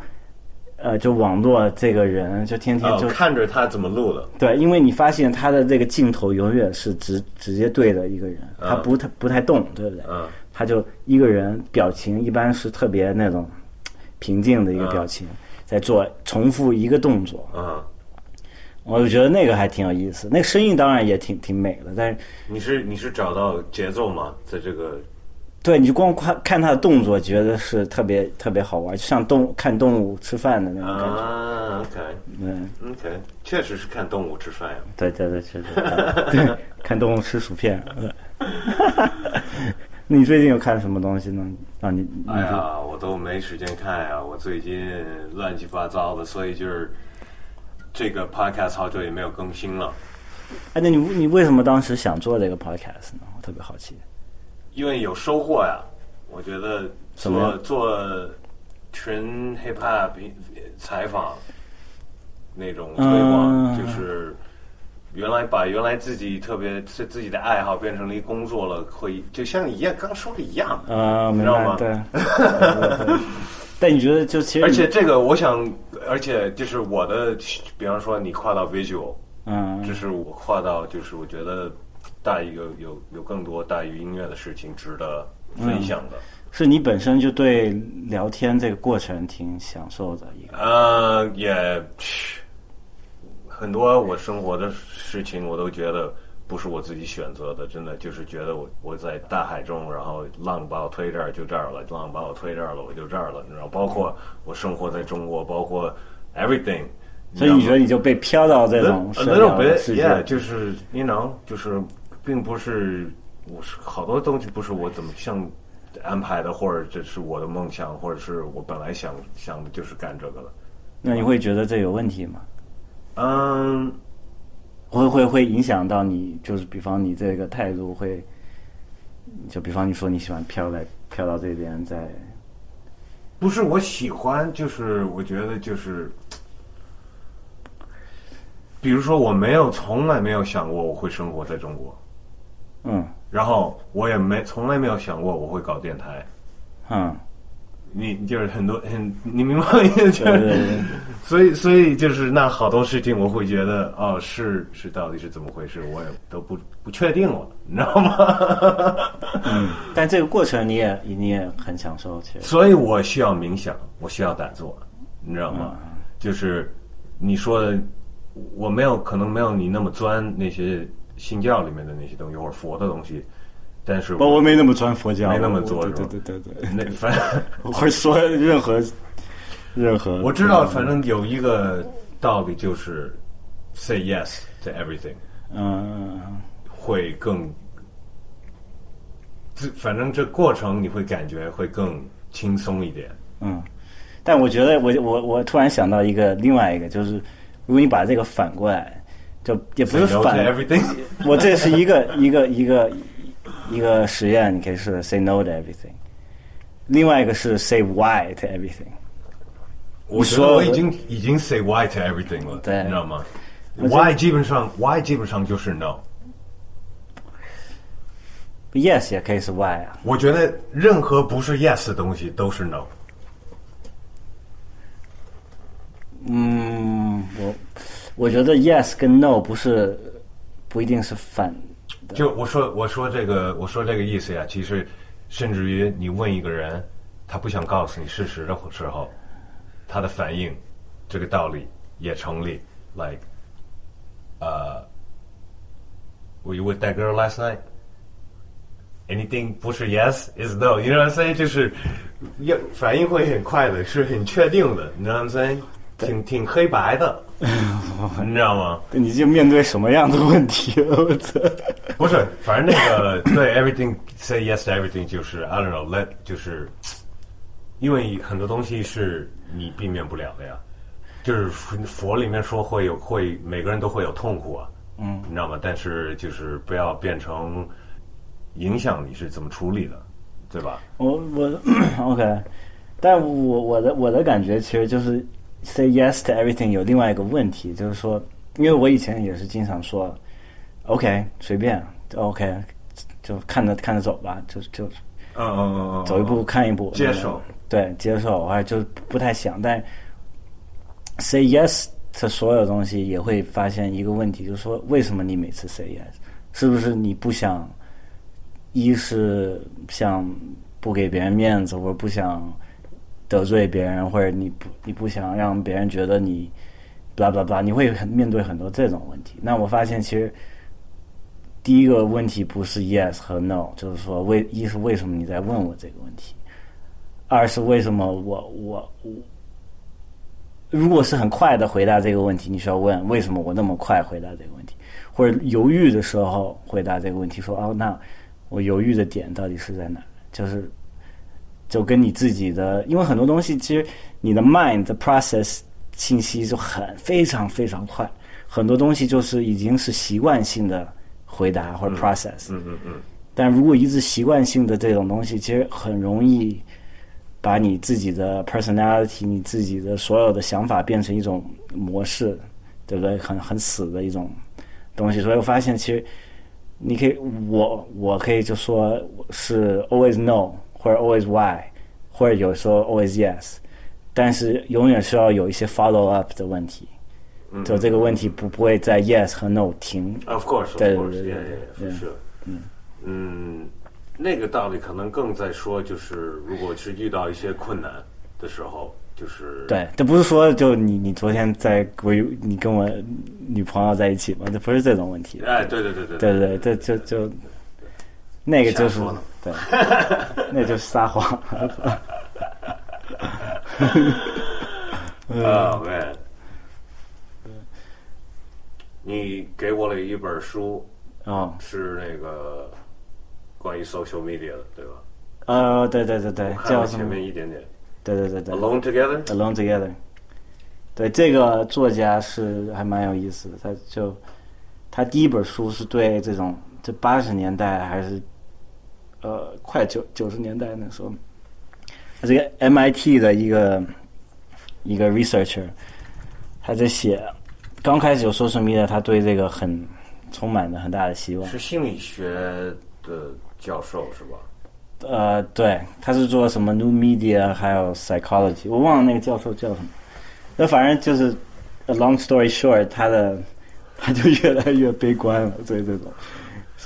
Speaker 2: 呃，就网络这个人就天天
Speaker 3: 哦
Speaker 2: 就、
Speaker 3: 看着他怎么录的，
Speaker 2: 对，因为你发现他的这个镜头永远是直直接对着一个人，他不太不太动，对不对？
Speaker 3: 嗯，
Speaker 2: 他就一个人表情一般是特别那种平静的一个表情，在做重复一个动作，
Speaker 3: 嗯，
Speaker 2: 我就觉得那个还挺有意思。那个声音当然也挺挺美的，但是
Speaker 3: 你是你是找到节奏吗？在这个
Speaker 2: 对你就光看看他的动作，觉得是特别特别好玩，就像动物看动物吃饭的那种嗯感觉。
Speaker 3: 啊，OK。
Speaker 2: 嗯，
Speaker 3: OK，确实是看动物吃啊饭呀。
Speaker 2: 对对对，是的，对，看动物吃薯片。嗯你最近有看什么东西呢？让你
Speaker 3: 哎呀，我都没时间看呀，我最近乱七八糟的，所以就是这个 podcast 好久也没有更新了。
Speaker 2: 哎，那你你为什么当时想做这个 podcast 呢？我特别好奇。
Speaker 3: 因为有收获呀。我觉得
Speaker 2: 怎么
Speaker 3: 做
Speaker 2: 样
Speaker 3: 做纯 hip hop 采访那种推
Speaker 2: 嗯
Speaker 3: 广，就是原来把原来自己特别是自己的爱好变成了一工作了，会就像你一样刚说的一样，
Speaker 2: 啊，明
Speaker 3: 知道
Speaker 2: 白，
Speaker 3: 吗
Speaker 2: 对。但你觉得就其实，
Speaker 3: 而且，这个我想，而且就是我的，比方说你跨到 visual，
Speaker 2: 嗯，
Speaker 3: 这是我跨到，就是我觉得大于有有有更多大于音乐的事情值得分享的。
Speaker 2: 是你本身就对聊天这个过程挺享受的一个，
Speaker 3: 呃，也 很多我生活的事情，我都觉得不是我自己选择的，真的就是觉得我我在大海中，然后浪把我推这儿就这儿了，浪把我推这儿了我就这儿了，然后包括我生活在中国，包括 everything。
Speaker 2: 所以你觉得你就被飘到这
Speaker 3: A
Speaker 2: 种
Speaker 3: little-
Speaker 2: 社
Speaker 3: a little
Speaker 2: 交的
Speaker 3: bit,
Speaker 2: 世
Speaker 3: yeah，
Speaker 2: 界？
Speaker 3: 就是 you know，就是并不是我是好多东西不是我怎么想安排的，或者这是我的梦想，或者是我本来想想的就是干这个了。
Speaker 2: 那你会觉得这有问题吗？
Speaker 3: 嗯，
Speaker 2: 会会会影响到你，就是比方你这个态度会，就比方你说你喜欢飘来飘到这边，在
Speaker 3: 不是我喜欢，就是我觉得就是，比如说我没有从来没有想过我会生活在中国，
Speaker 2: 嗯
Speaker 3: 然后我也没从来没有想过我会搞电台。
Speaker 2: 嗯，
Speaker 3: 你就是很多很，你明白吗？就是
Speaker 2: 对对对，
Speaker 3: 所以，所以就是那好多事情，我会觉得哦，是是，到底是怎么回事，我也都不不确定了，你知道 吗？
Speaker 2: 但这个过程你也你也很享受，其实，
Speaker 3: 所以我需要冥想，我需要打坐，你知道吗？
Speaker 2: 嗯
Speaker 3: 就是你说的，我没有可能没有你那么钻那些信教里面的那些东西或者佛的东西，但是
Speaker 2: 不，我没那么钻佛教，
Speaker 3: 没那
Speaker 2: 我
Speaker 3: 么
Speaker 2: 我
Speaker 3: 做
Speaker 2: 对
Speaker 3: 是吧
Speaker 2: 对对对 对。
Speaker 3: 那反 正。
Speaker 2: 我会说任何任何。
Speaker 3: 我知道，反正有一个道理就是 say yes to everything，
Speaker 2: 嗯，嗯，
Speaker 3: 会更，这反正这过程你会感觉会更轻松一点。
Speaker 2: 嗯，但我觉得我我我突然想到一个另外一个，就是如果你把这个反过来，就也不
Speaker 3: Say
Speaker 2: 是
Speaker 3: no to
Speaker 2: 反，
Speaker 3: everything，
Speaker 2: 我这是一个一个一个一个实验，你可以试试 say no to everything。另外一个是 say why to everything，
Speaker 3: 我觉得
Speaker 2: 说
Speaker 3: 我已经已经 say why to everything 了，
Speaker 2: 对
Speaker 3: 你知道吗
Speaker 2: 而且
Speaker 3: ？why 基本上 why 基本上就是 no。
Speaker 2: yes 也可以是 why 啊。
Speaker 3: 我觉得任何不是 yes 的东西都是 no。
Speaker 2: 嗯，我我觉得 yes 跟 no 不是不一定是反的。
Speaker 3: 就我说我说这个我说这个意思呀，其实甚至于你问一个人，他不想告诉你事实的时候，他的反应，这个道理也成立。Like, uh, were you with that girl last night? Anything 不是 yes is no，你知道 saying 就是要反应会很快的，是很确定的，你知道 saying 挺挺黑白的，你知道吗？
Speaker 2: 你就面对什么样的问题？我操！
Speaker 3: 不是，反正那个对 everything say yes to everything 就是 I don't know let 就是，因为很多东西是你避免不了的呀，就是佛佛里面说会有会每个人都会有痛苦啊，嗯，你知道吗？但是就是不要变成影响你是怎么处理的，对吧？
Speaker 2: 我我 OK，但我我的我的感觉其实就是 say yes to everything 有另外一个问题，就是说，因为我以前也是经常说 OK 随便 OK 就看着看着走吧，就就
Speaker 3: 嗯嗯嗯嗯，
Speaker 2: 走一步看一步，
Speaker 3: 接受
Speaker 2: 对接受，还就不太想，但 say yes 这所有东西也会发现一个问题，就是说为什么你每次 say yes，是不是你不想？一是想不给别人面子，或者不想得罪别人，或者你不你不想让别人觉得你 blah blah blah，你会很面对很多这种问题。那我发现其实第一个问题不是 yes 和 no，就是说为一是为什么你在问我这个问题，二是为什么我我我。如果是很快的回答这个问题，你需要问为什么我那么快回答这个问题，或者犹豫的时候回答这个问题，说哦，那我犹豫的点到底是在哪？就是就跟你自己的，因为很多东西其实你的 mind 的 process 信息就很非常非常快，很多东西就是已经是习惯性的回答或者 process，、
Speaker 3: 嗯嗯嗯，
Speaker 2: 但如果一直习惯性的这种东西，其实很容易把你自己的 personality、你自己的所有的想法变成一种模式，对不对？很很死的一种东西。所以我发现，其实你可以，我我可以就说是 always no 或者 always why，或者有时候 always yes，但是永远需要有一些 follow up 的问题。就这个问题不不会在 yes 和 no 停
Speaker 3: Of course, of
Speaker 2: 对
Speaker 3: course,
Speaker 2: 对
Speaker 3: yeah,
Speaker 2: 对
Speaker 3: yeah, yeah, for
Speaker 2: 对
Speaker 3: sure. 嗯，那个道理可能更在说，就是如果是遇到一些困难的时候，就是
Speaker 2: 对，这不是说就你你昨天在我有你跟我女朋友在一起吗？这不是这种问题，
Speaker 3: 哎，对对对对
Speaker 2: 对对对，这就就那个就是
Speaker 3: 瞎说呢
Speaker 2: 对，那就是撒谎。 嗯
Speaker 3: 啊，man，你给我了一本书，
Speaker 2: 哦，
Speaker 3: 是那个关于 social media 的，对吧？
Speaker 2: 呃，对对对对，
Speaker 3: 看
Speaker 2: 叫
Speaker 3: 了
Speaker 2: 什
Speaker 3: 前
Speaker 2: 么？
Speaker 3: 面一点点
Speaker 2: 对对对对
Speaker 3: ，Alone Together，
Speaker 2: ，Alone Together。对，这个作家是还蛮有意思的，他就他第一本书是对这种这八十年代还是呃快九九十年代那时候，他这个 MIT 的一个一个 researcher，他在写刚开始有 social media，他对这个很充满了很大的希望。
Speaker 3: 是心理学的教授是吧？
Speaker 2: 呃，对，他是做什么 new media 还有 psychology，我忘了那个教授叫什么。那反正就是，a long story short，他的 他就越来越悲观了，对这种。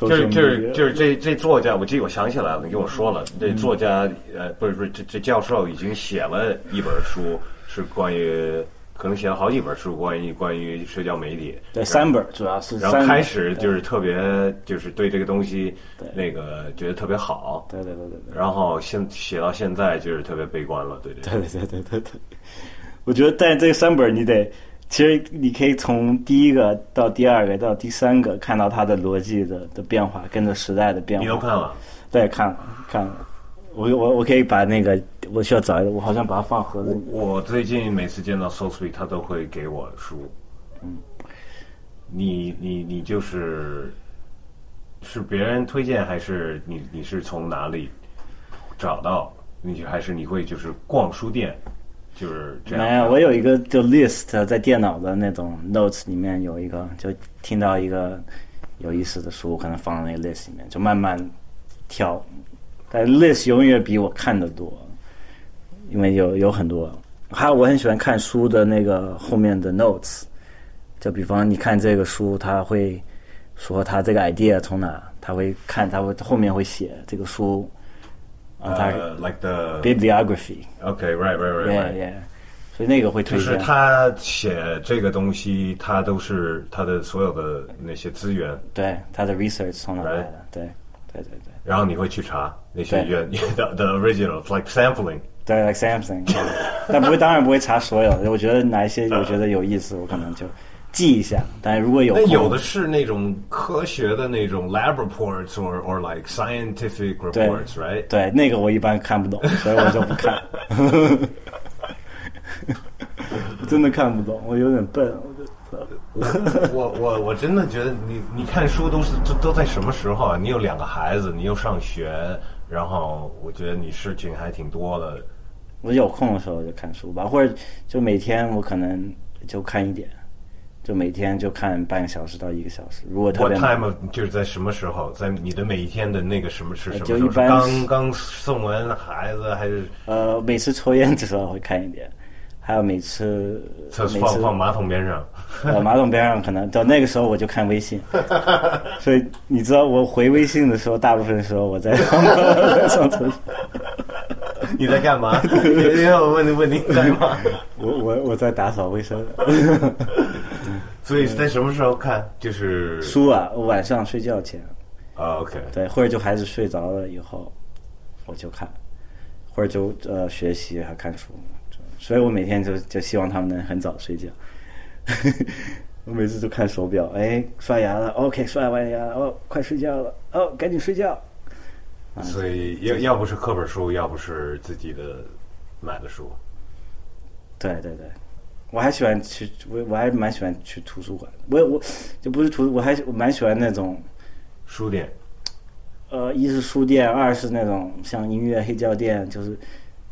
Speaker 2: 就
Speaker 3: 就是就是就是这这作家，我记得我想起来了，你跟我说了，这作家呃不是不是这这教授已经写了一本书，是关于可能写了好几本书，关于关于社交媒体。
Speaker 2: 对三本，主要是
Speaker 3: 然
Speaker 2: 三本。
Speaker 3: 后开始就是特别就是对这个东西
Speaker 2: 对
Speaker 3: 那个觉得特别好，
Speaker 2: 对对对对对
Speaker 3: 然后现写到现在就是特别悲观了，对这个。
Speaker 2: 对对对对对对。我觉得，但这三本你得，其实你可以从第一个到第二个到第三个看到他的逻辑的的变化，跟着时代的变化。
Speaker 3: 你都看了？
Speaker 2: 对，看了看了，我我我可以把那个，我需要找一个，我好像把它放盒子
Speaker 3: 我
Speaker 2: 里。
Speaker 3: 我最近每次见到 s o s w e e 他都会给我书。你你你就是是别人推荐，还是你你是从哪里找到？你还是你会就是逛书店，就是这样。
Speaker 2: 没有，我有一个就 list 在电脑的那种 notes 里面有一个，就听到一个有意思的书，我可能放在那个 list 里面，就慢慢挑。但 list 永远比我看的多，因为有有很多。还有我很喜欢看书的那个后面的 notes，就比方你看这个书，他会说他这个 idea 从哪，他会看，他会后面会写这个书啊，他
Speaker 3: 呃，like the
Speaker 2: bibliography。
Speaker 3: okay, right, right, right,
Speaker 2: yeah,
Speaker 3: right.
Speaker 2: yeah. 所以那个会推
Speaker 3: 就
Speaker 2: 荐。
Speaker 3: 是他写这个东西，他都是他的所有的那些资源，
Speaker 2: 对他的 research 从哪来
Speaker 3: Right.
Speaker 2: 的？对，对对对，
Speaker 3: 然后你会去查那些
Speaker 2: 对
Speaker 3: 原 the the originals like sampling。
Speaker 2: 对 like Samsung，但 不会，当然不会查所有的。我觉得哪一
Speaker 3: 嗯
Speaker 2: 些我觉得有意思，我可能就记一下。但如果有
Speaker 3: 那
Speaker 2: 空
Speaker 3: 有的是那种科学的那种 lab reports or or like scientific
Speaker 2: 对
Speaker 3: reports, right?
Speaker 2: 对那个我一般看不 懂，所以我就不看。 真的看不懂，我有点笨，我就
Speaker 3: 我我我真的觉得你你看书都是都都在什么时候啊？你有两个孩子，你又上学，然后我觉得你事情还挺多的。
Speaker 2: 我有空的时候就看书吧，或者就每天我可能就看一点，就每天就看半个小时到一个小时。如果特
Speaker 3: What
Speaker 2: 别
Speaker 3: time of, 就是在什么时候，在你的每一天的那个什么是什么时
Speaker 2: 就
Speaker 3: 候？
Speaker 2: 一般
Speaker 3: 是刚刚送完孩子还是
Speaker 2: 呃，每次抽烟的时候会看一点，还有每次
Speaker 3: 厕所
Speaker 2: 每
Speaker 3: 放
Speaker 2: 次
Speaker 3: 放马桶边上？
Speaker 2: 呃马桶边上，可能到那个时候我就看微 信，所以你知道我回微信的时候，大部分时候我在 上厕所，
Speaker 3: 你在 干嘛？因为我问你问你在吗？
Speaker 2: 我我我在打扫卫生。
Speaker 3: 所以在什么时候看？就是
Speaker 2: 书啊，我晚上睡觉前，
Speaker 3: 啊，OK，
Speaker 2: 对，或者就孩子睡着了以后，我就看，或者就呃学习还看书，就所以我每天就就希望他们能很早睡觉。 我每次都看手表，哎，刷牙了，OK，刷完牙了，哦，快睡觉了，哦，赶紧睡觉。
Speaker 3: 所以要要不是课本书，要不是自己的买的书。
Speaker 2: 对对对，我还喜欢去，我我还蛮喜欢去图书馆。我我就不是图，我还我蛮喜欢那种，
Speaker 3: 书店
Speaker 2: 呃，一是书店，二是那种像音乐黑胶店，就是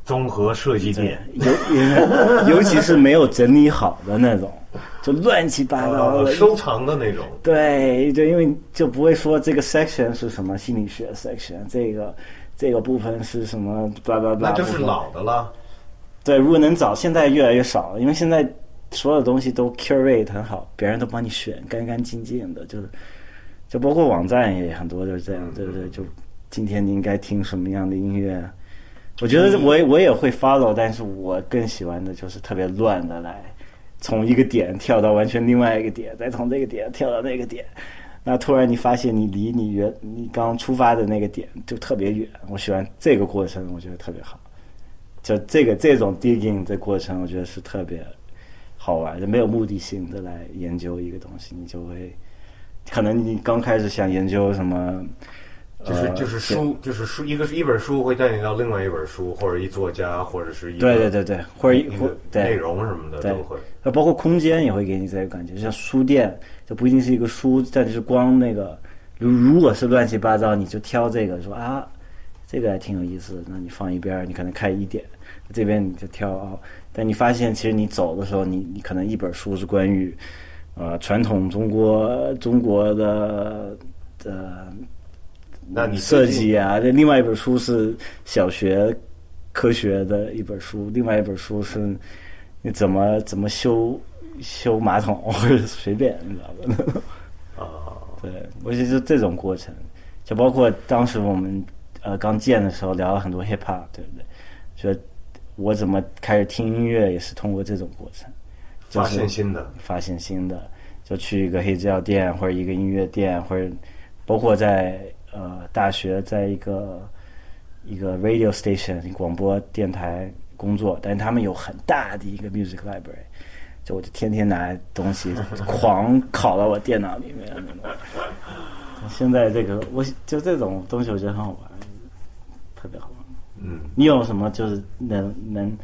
Speaker 3: 综合设计
Speaker 2: 对
Speaker 3: 店，
Speaker 2: 尤尤其是没有整理好的那种，就乱七八糟
Speaker 3: 呃
Speaker 2: 的。
Speaker 3: 收藏的那种。
Speaker 2: 对，就因为就不会说这个 section 是什么心理学 section，这个这个部分是什么叭叭叭。
Speaker 3: 那就是老的了，
Speaker 2: 对，如果能找，现在越来越少了，因为现在所有东西都 curate 很好，别人都帮你选干干净净的，就是就包括网站也很多就是这样，对不对？就今天你应该听什么样的音乐？我觉得我我也会 follow，但是我更喜欢的就是特别乱的来，从一个点跳到完全另外一个点，再从这个点跳到那个点。那突然你发现你离你原你刚出发的那个点就特别远，我喜欢这个过程，我觉得特别好。就这个这种 digging 的过程，我觉得是特别好玩的，没有目的性的来研究一个东西，你就会可能你刚开始想研究什么，
Speaker 3: 就是
Speaker 2: 呃
Speaker 3: 就是
Speaker 2: 写
Speaker 3: 书，就是书，一个一本书会带你到另外一本书，或者一作家，或者是一个
Speaker 2: 对对对对，或者
Speaker 3: 一个
Speaker 2: 或对
Speaker 3: 内容什么的
Speaker 2: 对
Speaker 3: 都会。
Speaker 2: 那包括空间也会给你这个感觉，像书店就不一定是一个书，但就是光那个，如如果是乱七八糟，你就挑这个说啊，这个还挺有意思的，那你放一边儿，你可能看一点，这边你就挑哦。但你发现其实你走的时候，你你可能一本书是关于，呃，传统中国中国的呃
Speaker 3: 那你
Speaker 2: 设
Speaker 3: 最近
Speaker 2: 计啊，这另外一本书是小学科学的一本书，另外一本书是你怎么怎么修修马桶，或者随便，你知道吧？
Speaker 3: 啊，
Speaker 2: 对，我觉得就这种过程，就包括当时我们呃刚见的时候聊了很多 hip hop，对不对？就我怎么开始听音乐也是通过这种过程，就
Speaker 3: 发
Speaker 2: 是
Speaker 3: 现新的，
Speaker 2: 发现新的，就去一个黑胶店或者一个音乐店，或者包括在呃大学，在一个一个 radio station 广播电台工作，但是他们有很大的一个 music library，就我就天天拿东西狂拷到我电脑里面那种。现在这个我就这种东西我觉得很好玩，特别好玩。
Speaker 3: 嗯。
Speaker 2: 你有什么就是能能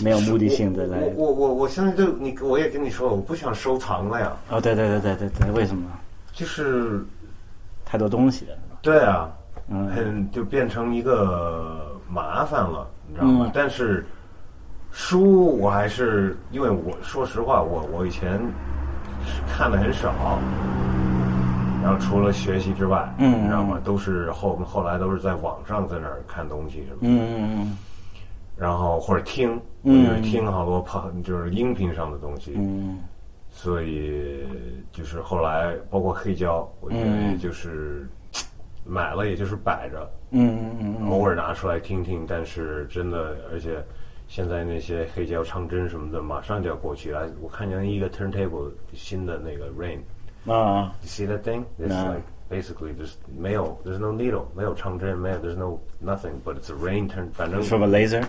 Speaker 2: 没有目的性的来？
Speaker 3: 我我我我现在就你我也跟你说，我不想收藏了呀，
Speaker 2: 哦，对对对对对对，为什么？
Speaker 3: 就是
Speaker 2: 太多东西了。
Speaker 3: 对啊，
Speaker 2: 嗯
Speaker 3: 很就变成一个麻烦了，你知道吗？
Speaker 2: 嗯
Speaker 3: 但是书我还是因为我说实话，我我以前是看的很少，然后除了学习之外，
Speaker 2: 嗯
Speaker 3: 你知道吗？都是后后来都是在网上在那儿看东西什么，
Speaker 2: 嗯嗯
Speaker 3: 然后或者听，我
Speaker 2: 嗯
Speaker 3: 就是听好多 pod- 就是音频上的东西，
Speaker 2: 嗯
Speaker 3: 所以就是后来包括黑胶，我觉得
Speaker 2: 嗯
Speaker 3: 也就是、买了，也就是摆着，
Speaker 2: 嗯嗯嗯嗯，
Speaker 3: 偶尔拿出来听听，但是真的，而且现在那些黑胶唱针什么的，马上就要过去了。我看见一个 turntable 新的那个 rain，you
Speaker 2: 啊
Speaker 3: see that thing? It's
Speaker 2: No.
Speaker 3: like basically there's 没有 there's no needle，没有唱针，没有 there's no nothing，but it's a rain turn，反正
Speaker 2: from a laser，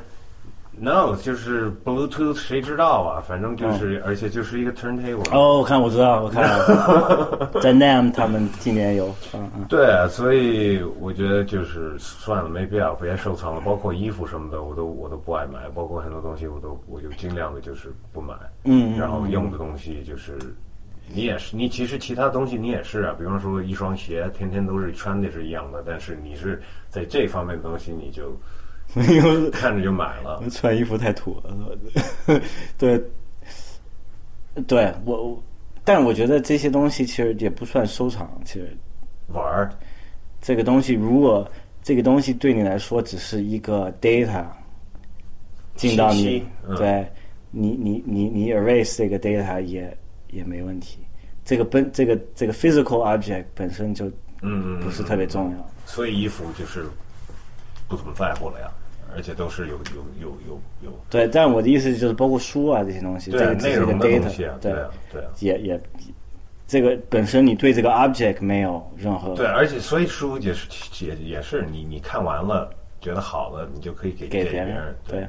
Speaker 3: no 就是 Bluetooth，谁知道啊？反正就是，而且就是一个 turntable。
Speaker 2: 嗯哦，我看我知道，我看了 在 NAM 他们今年有，嗯嗯
Speaker 3: 对，啊所以我觉得就是算了，没必要，别收藏了。包括衣服什么的，我都我都不爱买，包括很多东西，我都我就尽量的就是不买。
Speaker 2: 嗯嗯
Speaker 3: 然后用的东西就是，你也是，你其实其他东西你也是啊，比方说一双鞋，天天都是穿的是一样的，但是你是在这方面的东西，你就
Speaker 2: 没有。
Speaker 3: 看着就买了。
Speaker 2: 穿衣服太土了，是吧 对，对我，我但我觉得这些东西其实也不算收藏。其实
Speaker 3: 玩儿，
Speaker 2: 这个东西，如果这个东西对你来说只是一个 data 进到
Speaker 3: 信
Speaker 2: 你
Speaker 3: 息，嗯
Speaker 2: 对你你你你 erase 这个 data 也也没问题。这个本这个这个 physical object 本身就
Speaker 3: 嗯，
Speaker 2: 不是特别重要。
Speaker 3: 所以衣服就是不怎么在乎了呀，而且都是有有有有有
Speaker 2: 对，但我的意思就是包括书啊这些东西，这
Speaker 3: 对啊
Speaker 2: 个只
Speaker 3: 内
Speaker 2: 是一个
Speaker 3: 容的
Speaker 2: data，
Speaker 3: 东西啊，对啊对啊。
Speaker 2: 也也，这个本身你对这个 object 没有任何
Speaker 3: 对，而且所以书也是也也是你你看完了觉得好了，你就可以给
Speaker 2: 给别
Speaker 3: 别
Speaker 2: 人，对，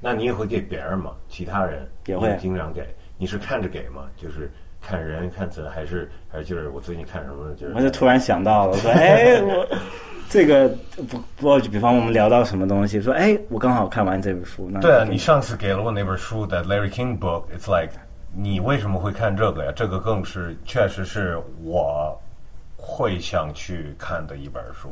Speaker 3: 那你也会给别人嘛？其他人
Speaker 2: 也会
Speaker 3: 你经常给。你是看着给吗？就是看人看字，还是还是就是我最近看什么？就是
Speaker 2: 我就突然想到了，我说哎我。这个不不，比方我们聊到什么东西，说哎，我刚好看完这本书，那
Speaker 3: 对啊，你上次给了我那本书的 Larry King book，It's like 你为什么会看这个呀？这个更是确实是我会想去看的一本书。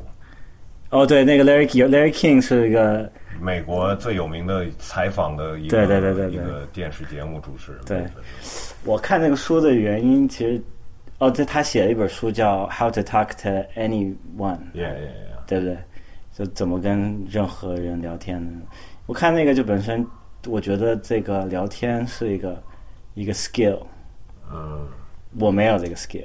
Speaker 2: 哦对，那个 Larry Larry King 是一个
Speaker 3: 美国最有名的采访的一个
Speaker 2: 对对对对对
Speaker 3: 一个电视节目主持人。
Speaker 2: 对我看这个书的原因，其实哦，这他写了一本书叫《How to Talk to Anyone》，
Speaker 3: ，Yeah Yeah Yeah。
Speaker 2: 对不对？就怎么跟任何人聊天呢？我看那个就本身，我觉得这个聊天是一个一个 skill，
Speaker 3: 嗯。
Speaker 2: 我没有这个 skill，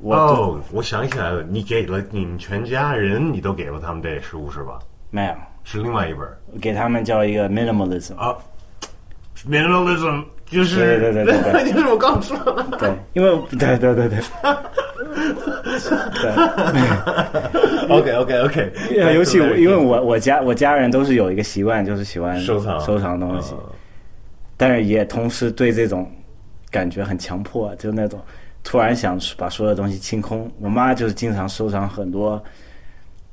Speaker 2: 我就、
Speaker 3: 哦，我想起来了，你给了你们全家人，你都给了他们这书是吧？
Speaker 2: 没有，
Speaker 3: 是另外一本
Speaker 2: 我给他们叫一个 minimalism，、
Speaker 3: 啊，minimalism 就是
Speaker 2: 是对对对对
Speaker 3: 就是我刚说的，
Speaker 2: 对，因为对对 对对，
Speaker 3: OK OK OK，
Speaker 2: 对，尤其我因为我我家我家人都是有一个习惯，就是喜欢
Speaker 3: 收藏嗯
Speaker 2: 收藏东西，但是也同时对这种感觉很强迫，就那种突然想把所有东西清空。我妈就是经常收藏很多，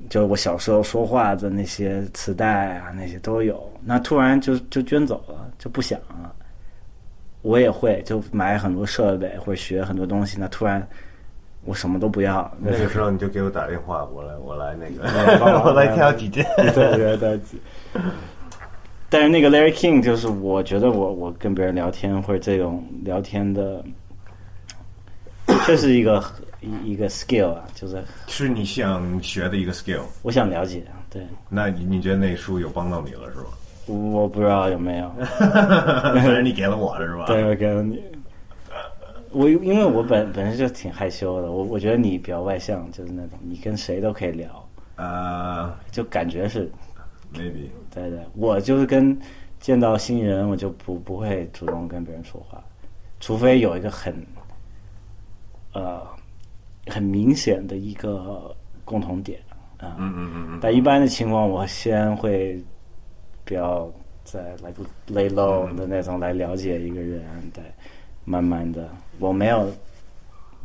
Speaker 2: 就是我小时候说话的那些磁带啊，那些都有。那突然就就捐走了，就不想了。我也会就买很多设备或者学很多东西，那突然我什么都不要，
Speaker 3: 那
Speaker 2: 种
Speaker 3: 个时候你就给我打电话，我来我来那个
Speaker 2: 对帮，忙
Speaker 3: 我来挑几件。
Speaker 2: 对对对。但是那个 Larry King 就是，我觉得我我跟别人聊天或者这种聊天的，这是一个一一个 skill 啊，就是
Speaker 3: 是你想学的一个 skill，
Speaker 2: 我想了解，啊对，
Speaker 3: 那你你觉得那书有帮到你了是吧？
Speaker 2: 我不知道有没有，
Speaker 3: 反正你给了我了是吧？
Speaker 2: 对，我跟你，我因为我本本身就挺害羞的，我我觉得你比较外向，就是那种你跟谁都可以聊，
Speaker 3: 呃
Speaker 2: 就感觉是
Speaker 3: ，maybe。
Speaker 2: 对对，我就是跟见到新人，我就不不会主动跟别人说话，除非有一个很呃很明显的一个共同点啊。
Speaker 3: 嗯嗯嗯嗯，
Speaker 2: 但一般的情况，我先会比较在 like lay
Speaker 3: 嗯
Speaker 2: low 的那种来了解一个人，对，慢慢的，我没有，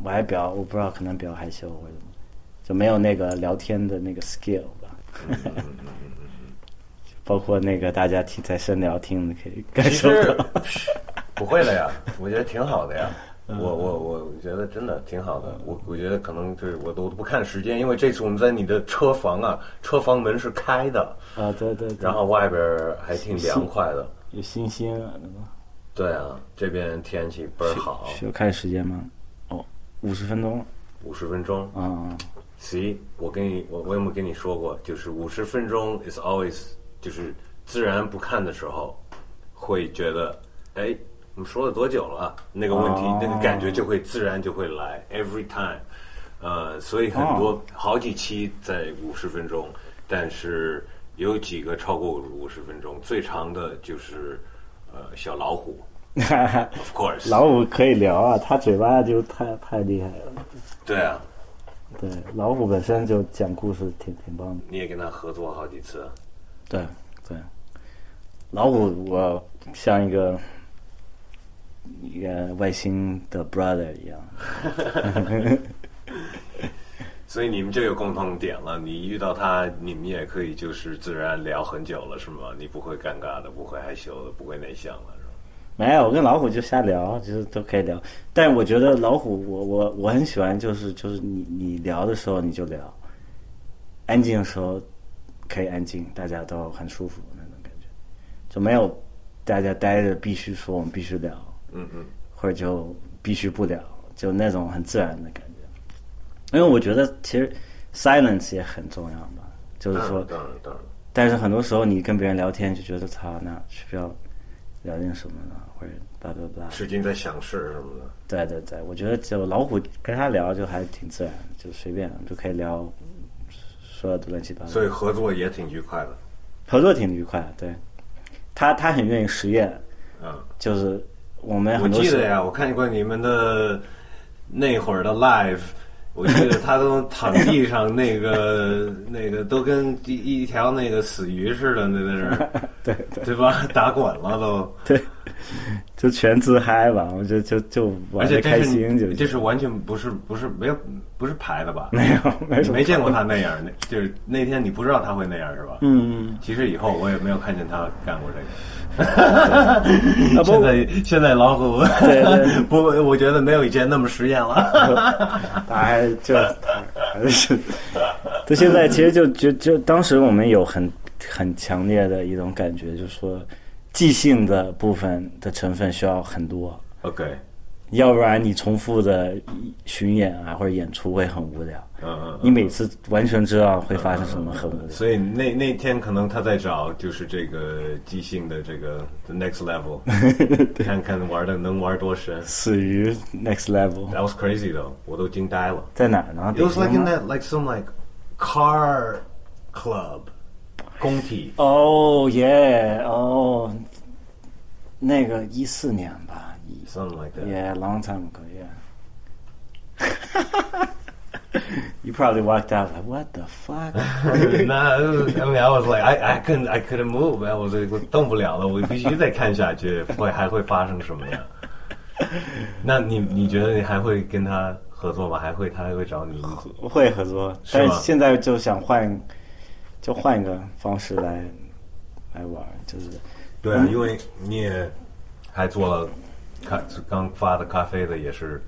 Speaker 2: 我还比较我不知道，可能比较害羞或者什么，就没有那个聊天的那个 skill 吧。包括那个大家听在深聊听的可以感
Speaker 3: 嗯其
Speaker 2: 受
Speaker 3: 实
Speaker 2: 到，
Speaker 3: 不会的呀，我觉得挺好的呀。我
Speaker 2: 嗯
Speaker 3: 我我觉得真的挺好的，我我觉得可能就是我都不看时间，因为这次我们在你的车房啊，车房门是开的，
Speaker 2: 啊，对对对，
Speaker 3: 然后外边还挺凉快的。
Speaker 2: 有星星啊，对吧？
Speaker 3: 对啊，这边天气倍儿好，
Speaker 2: 需要开始时间吗？哦，五十分钟
Speaker 3: 五十分钟。
Speaker 2: 啊、 嗯
Speaker 3: See，我跟你我我有没有跟你说过，就是五十分钟 is always 就是自然不看的时候，会觉得哎，我们说了多久了？啊那个问题、
Speaker 2: 哦
Speaker 3: 那个感觉就会自然就会来，every time。呃，所以很多、
Speaker 2: 哦
Speaker 3: 好几期在五十分钟，但是有几个超过五十分钟，最长的就是呃小老虎
Speaker 2: 哈哈，
Speaker 3: ，of course。
Speaker 2: 老虎可以聊啊，它嘴巴就太太厉害了。
Speaker 3: 对啊，
Speaker 2: 对，老虎本身就讲故事挺挺棒的。
Speaker 3: 你也跟他合作好几次，
Speaker 2: 对对，老虎我像一个一个外星的 brother 一样。
Speaker 3: 所以你们就有共同点了。你遇到他，你们也可以就是自然聊很久了，是吗？你不会尴尬的，不会害羞的，不会内向了，是吗？
Speaker 2: 没有，我跟老虎就瞎聊，就是都可以聊。但我觉得老虎，我我我很喜欢，就是就是你你聊的时候你就聊，安静的时候可以安静，大家都很舒服那种感觉，就没有大家待着必须说我们必须聊，
Speaker 3: 嗯嗯，
Speaker 2: 或者就必须不聊，就那种很自然的感觉。因为我觉得其实 silence 也很重要吧，就是
Speaker 3: 当
Speaker 2: 说
Speaker 3: 然，嗯当然，当然。
Speaker 2: 但是很多时候你跟别人聊天就觉得操，那需不要聊点什么呢？或者叭叭叭。
Speaker 3: 使劲在想事什么的。
Speaker 2: 对对对，我觉得就老虎跟他聊就还挺自然的，就随便就可以聊，说的乱七八糟
Speaker 3: 所。以合作也挺愉快的。
Speaker 2: 合作挺愉快，对，他他很愿意实验，
Speaker 3: 嗯，
Speaker 2: 就是我们
Speaker 3: 我
Speaker 2: 哎很多
Speaker 3: 记得
Speaker 2: 时
Speaker 3: 呀，我看见过你们的那会儿的 live，我记得他都躺地上，那个那个都跟一一条那个死鱼似的，那在那儿，
Speaker 2: 对
Speaker 3: 对吧？打滚了都，
Speaker 2: 对，就全自嗨吧，我就就就
Speaker 3: 而
Speaker 2: 玩
Speaker 3: 且
Speaker 2: 的
Speaker 3: 这
Speaker 2: 开
Speaker 3: 是
Speaker 2: 心就
Speaker 3: 你
Speaker 2: 行
Speaker 3: 这是完全不是不是没有不是排的吧？
Speaker 2: 没有没
Speaker 3: 你
Speaker 2: 什么
Speaker 3: 没见过他那样，那就是那天你不知道他会那样是吧？
Speaker 2: 嗯，
Speaker 3: 其实以后我也没有看见他干过这个。
Speaker 2: 啊不
Speaker 3: 现在现在老虎
Speaker 2: 对对
Speaker 3: 不，我觉得没有以前那么实验了。
Speaker 2: 他还就他还是， 就现在其实就就就当时我们有很很强烈的一种感觉，就是说即兴的部分的成分需要很多，
Speaker 3: OK，
Speaker 2: 要不然你重复的巡演啊或者演出会很无聊。
Speaker 3: 嗯
Speaker 2: 你每次完全知道会发生什么，很无
Speaker 3: 嗯，
Speaker 2: 聊。
Speaker 3: 所以那那天可能他在找就是这个即兴的这个 the next level，看看玩的能玩多深。
Speaker 2: 死于 next level
Speaker 3: That was crazy though，我都惊呆了。
Speaker 2: 在哪儿呢？
Speaker 3: It was
Speaker 2: 北
Speaker 3: like
Speaker 2: 京
Speaker 3: in
Speaker 2: 吗
Speaker 3: that like some like car club，工体。
Speaker 2: 哦耶哦，那个一四年吧，一
Speaker 3: Something like that.
Speaker 2: Yeah, a long time ago, yeah. you probably walked out like, what the fuck?
Speaker 3: nah, it was, I mean, I was like, I, I couldn't, I couldn't move. I was like, 我动不了了，我必须再看下去，会还会发生什么 呀？那你你觉得你还会跟他合作吗？还会他还会找你？
Speaker 2: 会合作，
Speaker 3: 是
Speaker 2: 但
Speaker 3: 吗
Speaker 2: 是现在就想换，就换一个方式来来玩，就是
Speaker 3: 对啊，因为你也还做了咖刚发的咖啡的也是，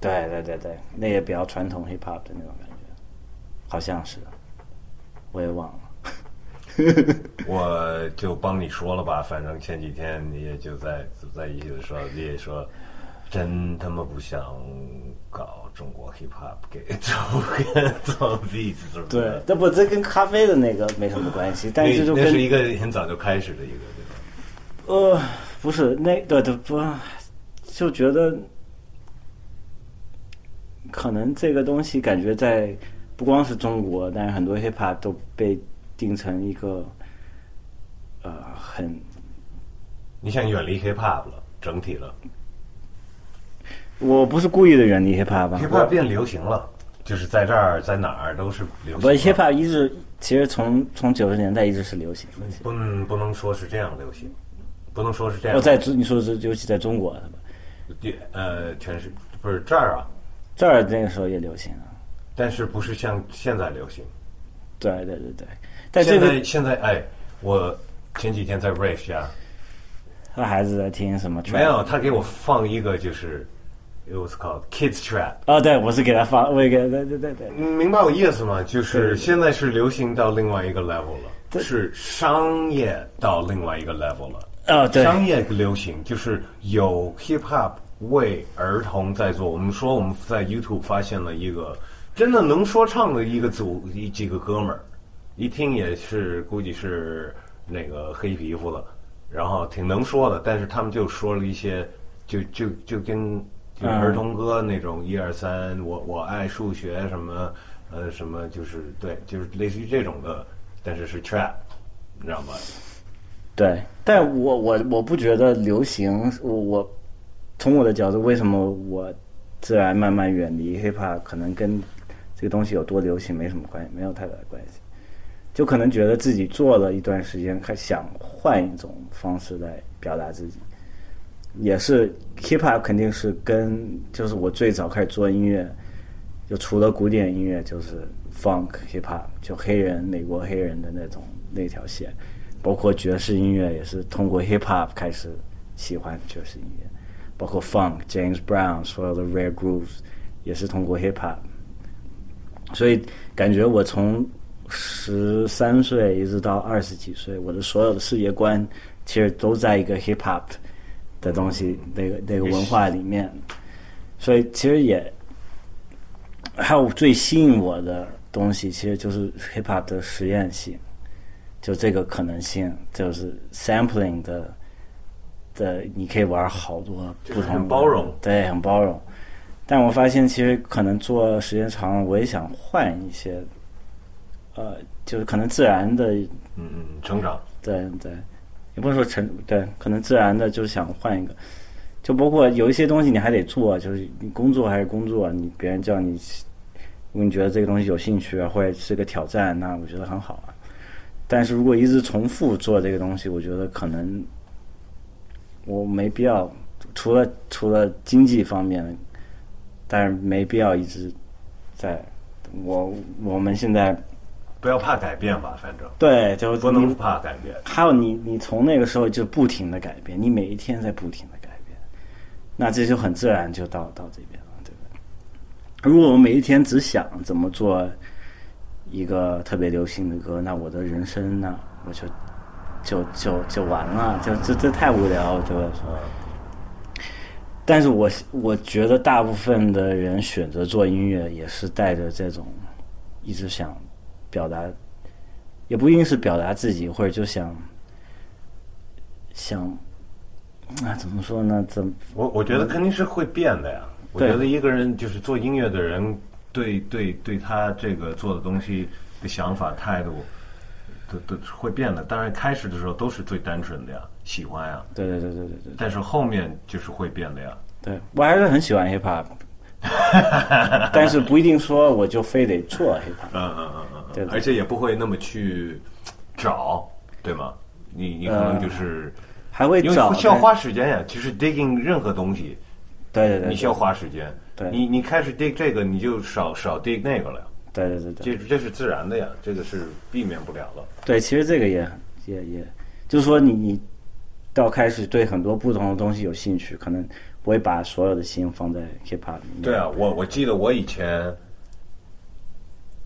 Speaker 2: 对对对对，那也比较传统 hip hop 的那种感觉，好像是，我也忘了。
Speaker 3: 我就帮你说了吧。反正前几天你也就在在一起的时候，你也说。真他妈不想搞中国 hip hop，给周边做 beat 什么的。
Speaker 2: 对，这不这跟咖啡的那个没什么关系，但是就
Speaker 3: 那
Speaker 2: 跟
Speaker 3: 那是一个很早就开始的一个，对吧？
Speaker 2: 呃，不是那对对不，就觉得可能这个东西感觉在不光是中国，但是很多 hip hop 都被定成一个呃很
Speaker 3: 你想远离 hip hop 了，整 体了
Speaker 2: 嗯我不是故意的远离 hip hop 吧
Speaker 3: ，hip hop 变流行了，就是在这儿在哪儿都是流行了。
Speaker 2: 不 hip hop 一直其实从从九十年代一直是流行的。
Speaker 3: 不能不能说是这样流行，不能说是这样。
Speaker 2: 我在你说是尤其在中国，是吧
Speaker 3: 呃，全是不是这儿啊？
Speaker 2: 这儿那个时候也流行啊。
Speaker 3: 但是不是像现在流行？
Speaker 2: 对对对对，但这
Speaker 3: 现
Speaker 2: 个
Speaker 3: 在现在哎，我前几天在 rave 家，
Speaker 2: 他孩子在听什么？
Speaker 3: 没有他给我放一个就是，it was called kids trap。
Speaker 2: 哦，对，我是给他发，我也给他，对对对对，
Speaker 3: 嗯明白我意思吗？就
Speaker 2: 对
Speaker 3: 是
Speaker 2: 对
Speaker 3: 现在是流行到另外一个 level
Speaker 2: 对
Speaker 3: 了，是商业到另外一个 level 了。
Speaker 2: 啊、对，
Speaker 3: 商业流行就是有 hip hop 为儿童在做。我们说我们在 YouTube 发现了一个真的能说唱的一个组一几个哥们儿，一听也是估计是那个黑皮肤了，然后挺能说的，但是他们就说了一些就就就跟
Speaker 2: 嗯
Speaker 3: 就儿童歌那种一二三，我我爱数学什么呃什么，就是对，就是类似于这种的，但是是 trap，你知道吗？
Speaker 2: 对，但我我我不觉得流行，我我从我的角度，为什么我自然慢慢远离 hiphop，可能跟这个东西有多流行没什么关系，没有太大的关系，就可能觉得自己做了一段时间，开想换一种方式来表达自己，也是 hiphop 肯定是跟就是我最早开始做音乐，就除了古典音乐就是 funk hiphop，就黑人美国黑人的那种那条线，包括爵士音乐也是通过 hiphop 开始喜欢爵士音乐，包括 funk James Brown 所有的 rare grooves 也是通过 hiphop，所以感觉我从十三岁一直到二十几岁，我的所有的世界观其实都在一个 hiphop 的东西那个那个文化里面，所以其实也。还有最吸引我的东西，其实就是 hip hop 的实验性，就这个可能性，就是 sampling 的的，你可以玩好多不
Speaker 3: 就是
Speaker 2: 同，
Speaker 3: 很包容，
Speaker 2: 对，很包容。但我发现，其实可能做时间长了，我也想换一些，呃，就是可能自然的，
Speaker 3: 嗯嗯，成长。
Speaker 2: 对对，也不能说成，对，可能自然的就是想换一个。就包括有一些东西你还得做，就是你工作还是工作，你别人叫你如果你觉得这个东西有兴趣啊，或者是个挑战，那我觉得很好啊。但是如果一直重复做这个东西，我觉得可能我没必要，除了除了经济方面，但是没必要一直在。我我们现在
Speaker 3: 不要怕改变吧，反正
Speaker 2: 对，就
Speaker 3: 不能怕改变。
Speaker 2: 还有你，你从那个时候就不停的改变，你每一天在不停的改变，那这就很自然就到到这边了，对不对？如果我每一天只想怎么做一个特别流行的歌，那我的人生呢，我就就就就完了，就这这太无聊了，对吧？但是我我觉得大部分的人选择做音乐，也是带着这种一直想表达，也不一定是表达自己，或者就想想啊，怎么说呢？怎么
Speaker 3: 我我觉得肯定是会变的呀。我
Speaker 2: 对
Speaker 3: 觉得一个人就是做音乐的人，对对对他这个做的东西的想法态度，都都会变的。当然开始的时候都是最单纯的呀，喜欢呀，
Speaker 2: 对对对对对对
Speaker 3: 但是后面就是会变的呀。
Speaker 2: 对，我还是很喜欢 hip hop，但是不一定说我就非得做 hip hop。
Speaker 3: 嗯嗯嗯嗯
Speaker 2: 对
Speaker 3: 嗯，
Speaker 2: 的
Speaker 3: 而且也不会那么去找，对吗？你你可能就是。
Speaker 2: 还会
Speaker 3: 因为
Speaker 2: 找
Speaker 3: 需要花时间呀，其实 digging 任何东西，
Speaker 2: 对对对
Speaker 3: 你需要花时间。
Speaker 2: 对
Speaker 3: 你你开始 dig 这个，你就少少 dig 那个了呀。
Speaker 2: 对对对对
Speaker 3: 这这是自然的呀，这个是避免不了的。
Speaker 2: 对，其实这个也也也，就是说你你到开始对很多不同的东西有兴趣，可能不会把所有的心放在 hip hop 里面。
Speaker 3: 对啊，我我记得我以前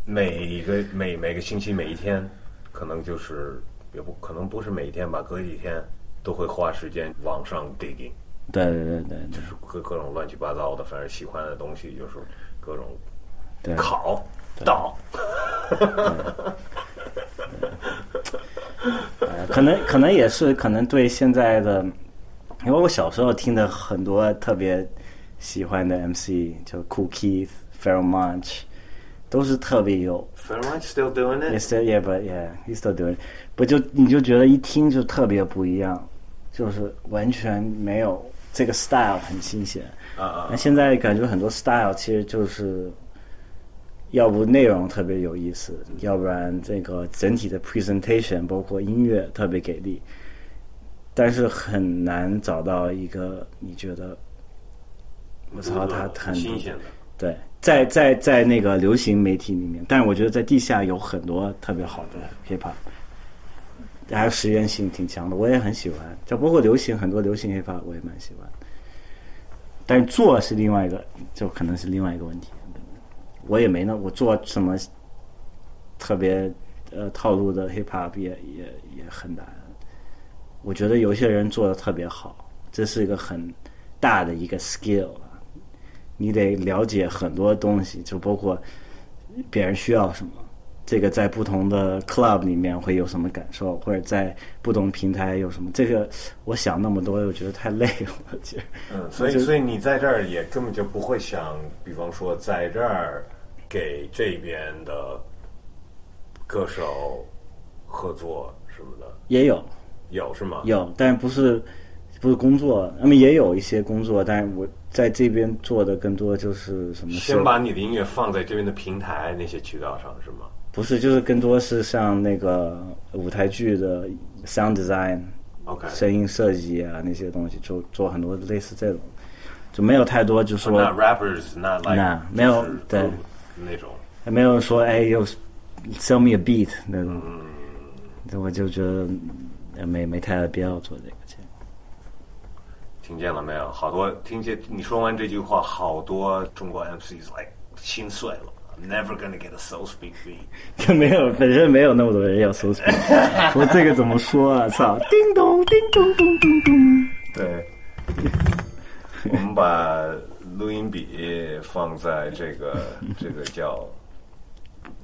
Speaker 3: 每一个每每个星期每一天，可能就是也不可能不是每一天吧，隔几天都会花时间往上 digging，
Speaker 2: 对对对对对
Speaker 3: 就是各各种乱七八糟的，反正喜欢的东西就是各种
Speaker 2: 对
Speaker 3: 烤倒。
Speaker 2: 呃可能可能也是可能对现在的，因为我小时候听的很多特别喜欢的 MC，就 Cool Keith、Pharrell Munch，都是特别有
Speaker 3: f e r r still doing
Speaker 2: y e s t yeah, but yeah, he's still doing. 不就你就觉得一听就特别不一样，就是完全没有这个 style 很新鲜。
Speaker 3: 啊啊
Speaker 2: 那现在感觉很多 style 其实就是，要不内容特别有意思，要不然这个整体的 presentation 包括音乐特别给力，但是很难找到一个你觉得，我操，他很
Speaker 3: 嗯新鲜的。
Speaker 2: 对，在在在那个流行媒体里面，但是我觉得在地下有很多特别好的 hip hop，还有实验性挺强的，我也很喜欢。就包括流行很多流行 hip hop，我也蛮喜欢。但是做是另外一个，就可能是另外一个问题。我也没那我做什么特别呃套路的 hip hop 也也也很难。我觉得有些人做的特别好，这是一个很大的一个 skill，啊你得了解很多东西，就包括别人需要什么，这个在不同的 club 里面会有什么感受，或者在不同平台有什么。这个我想那么多，我觉得太累了，我觉得。
Speaker 3: 嗯，所以所以你在这儿也根本就不会想，比方说在这儿给这边的歌手合作什么的，
Speaker 2: 也有
Speaker 3: 有是吗？
Speaker 2: 有，但不是不是工作，那么也有一些工作，但是我在这边做的更多就是什么是
Speaker 3: 先把你的音乐放在这边的平台那些渠道上是吗？
Speaker 2: 不是，就是更多是像那个舞台剧的 sound design，
Speaker 3: OK
Speaker 2: 声音设计啊那些东西，就做很多类似这种，就没有太多就
Speaker 3: So
Speaker 2: 说
Speaker 3: not rappers, not like
Speaker 2: 那没有
Speaker 3: 就是
Speaker 2: 对
Speaker 3: 那种。
Speaker 2: 没有说哎又 sell me a beat 那种，
Speaker 3: 嗯
Speaker 2: 这我就觉得呃没没太大必要做这个。其实
Speaker 3: 听见了没有？好多听见你说完这句话，好多中国 MCs like 心碎了。I'm never gonna get a soul speak beat。
Speaker 2: 就没有，本身没有那么多人要搜索， 说这个怎么说啊？操！叮咚，叮咚，咚咚咚。
Speaker 3: 对，我们把录音笔放在这个 这个叫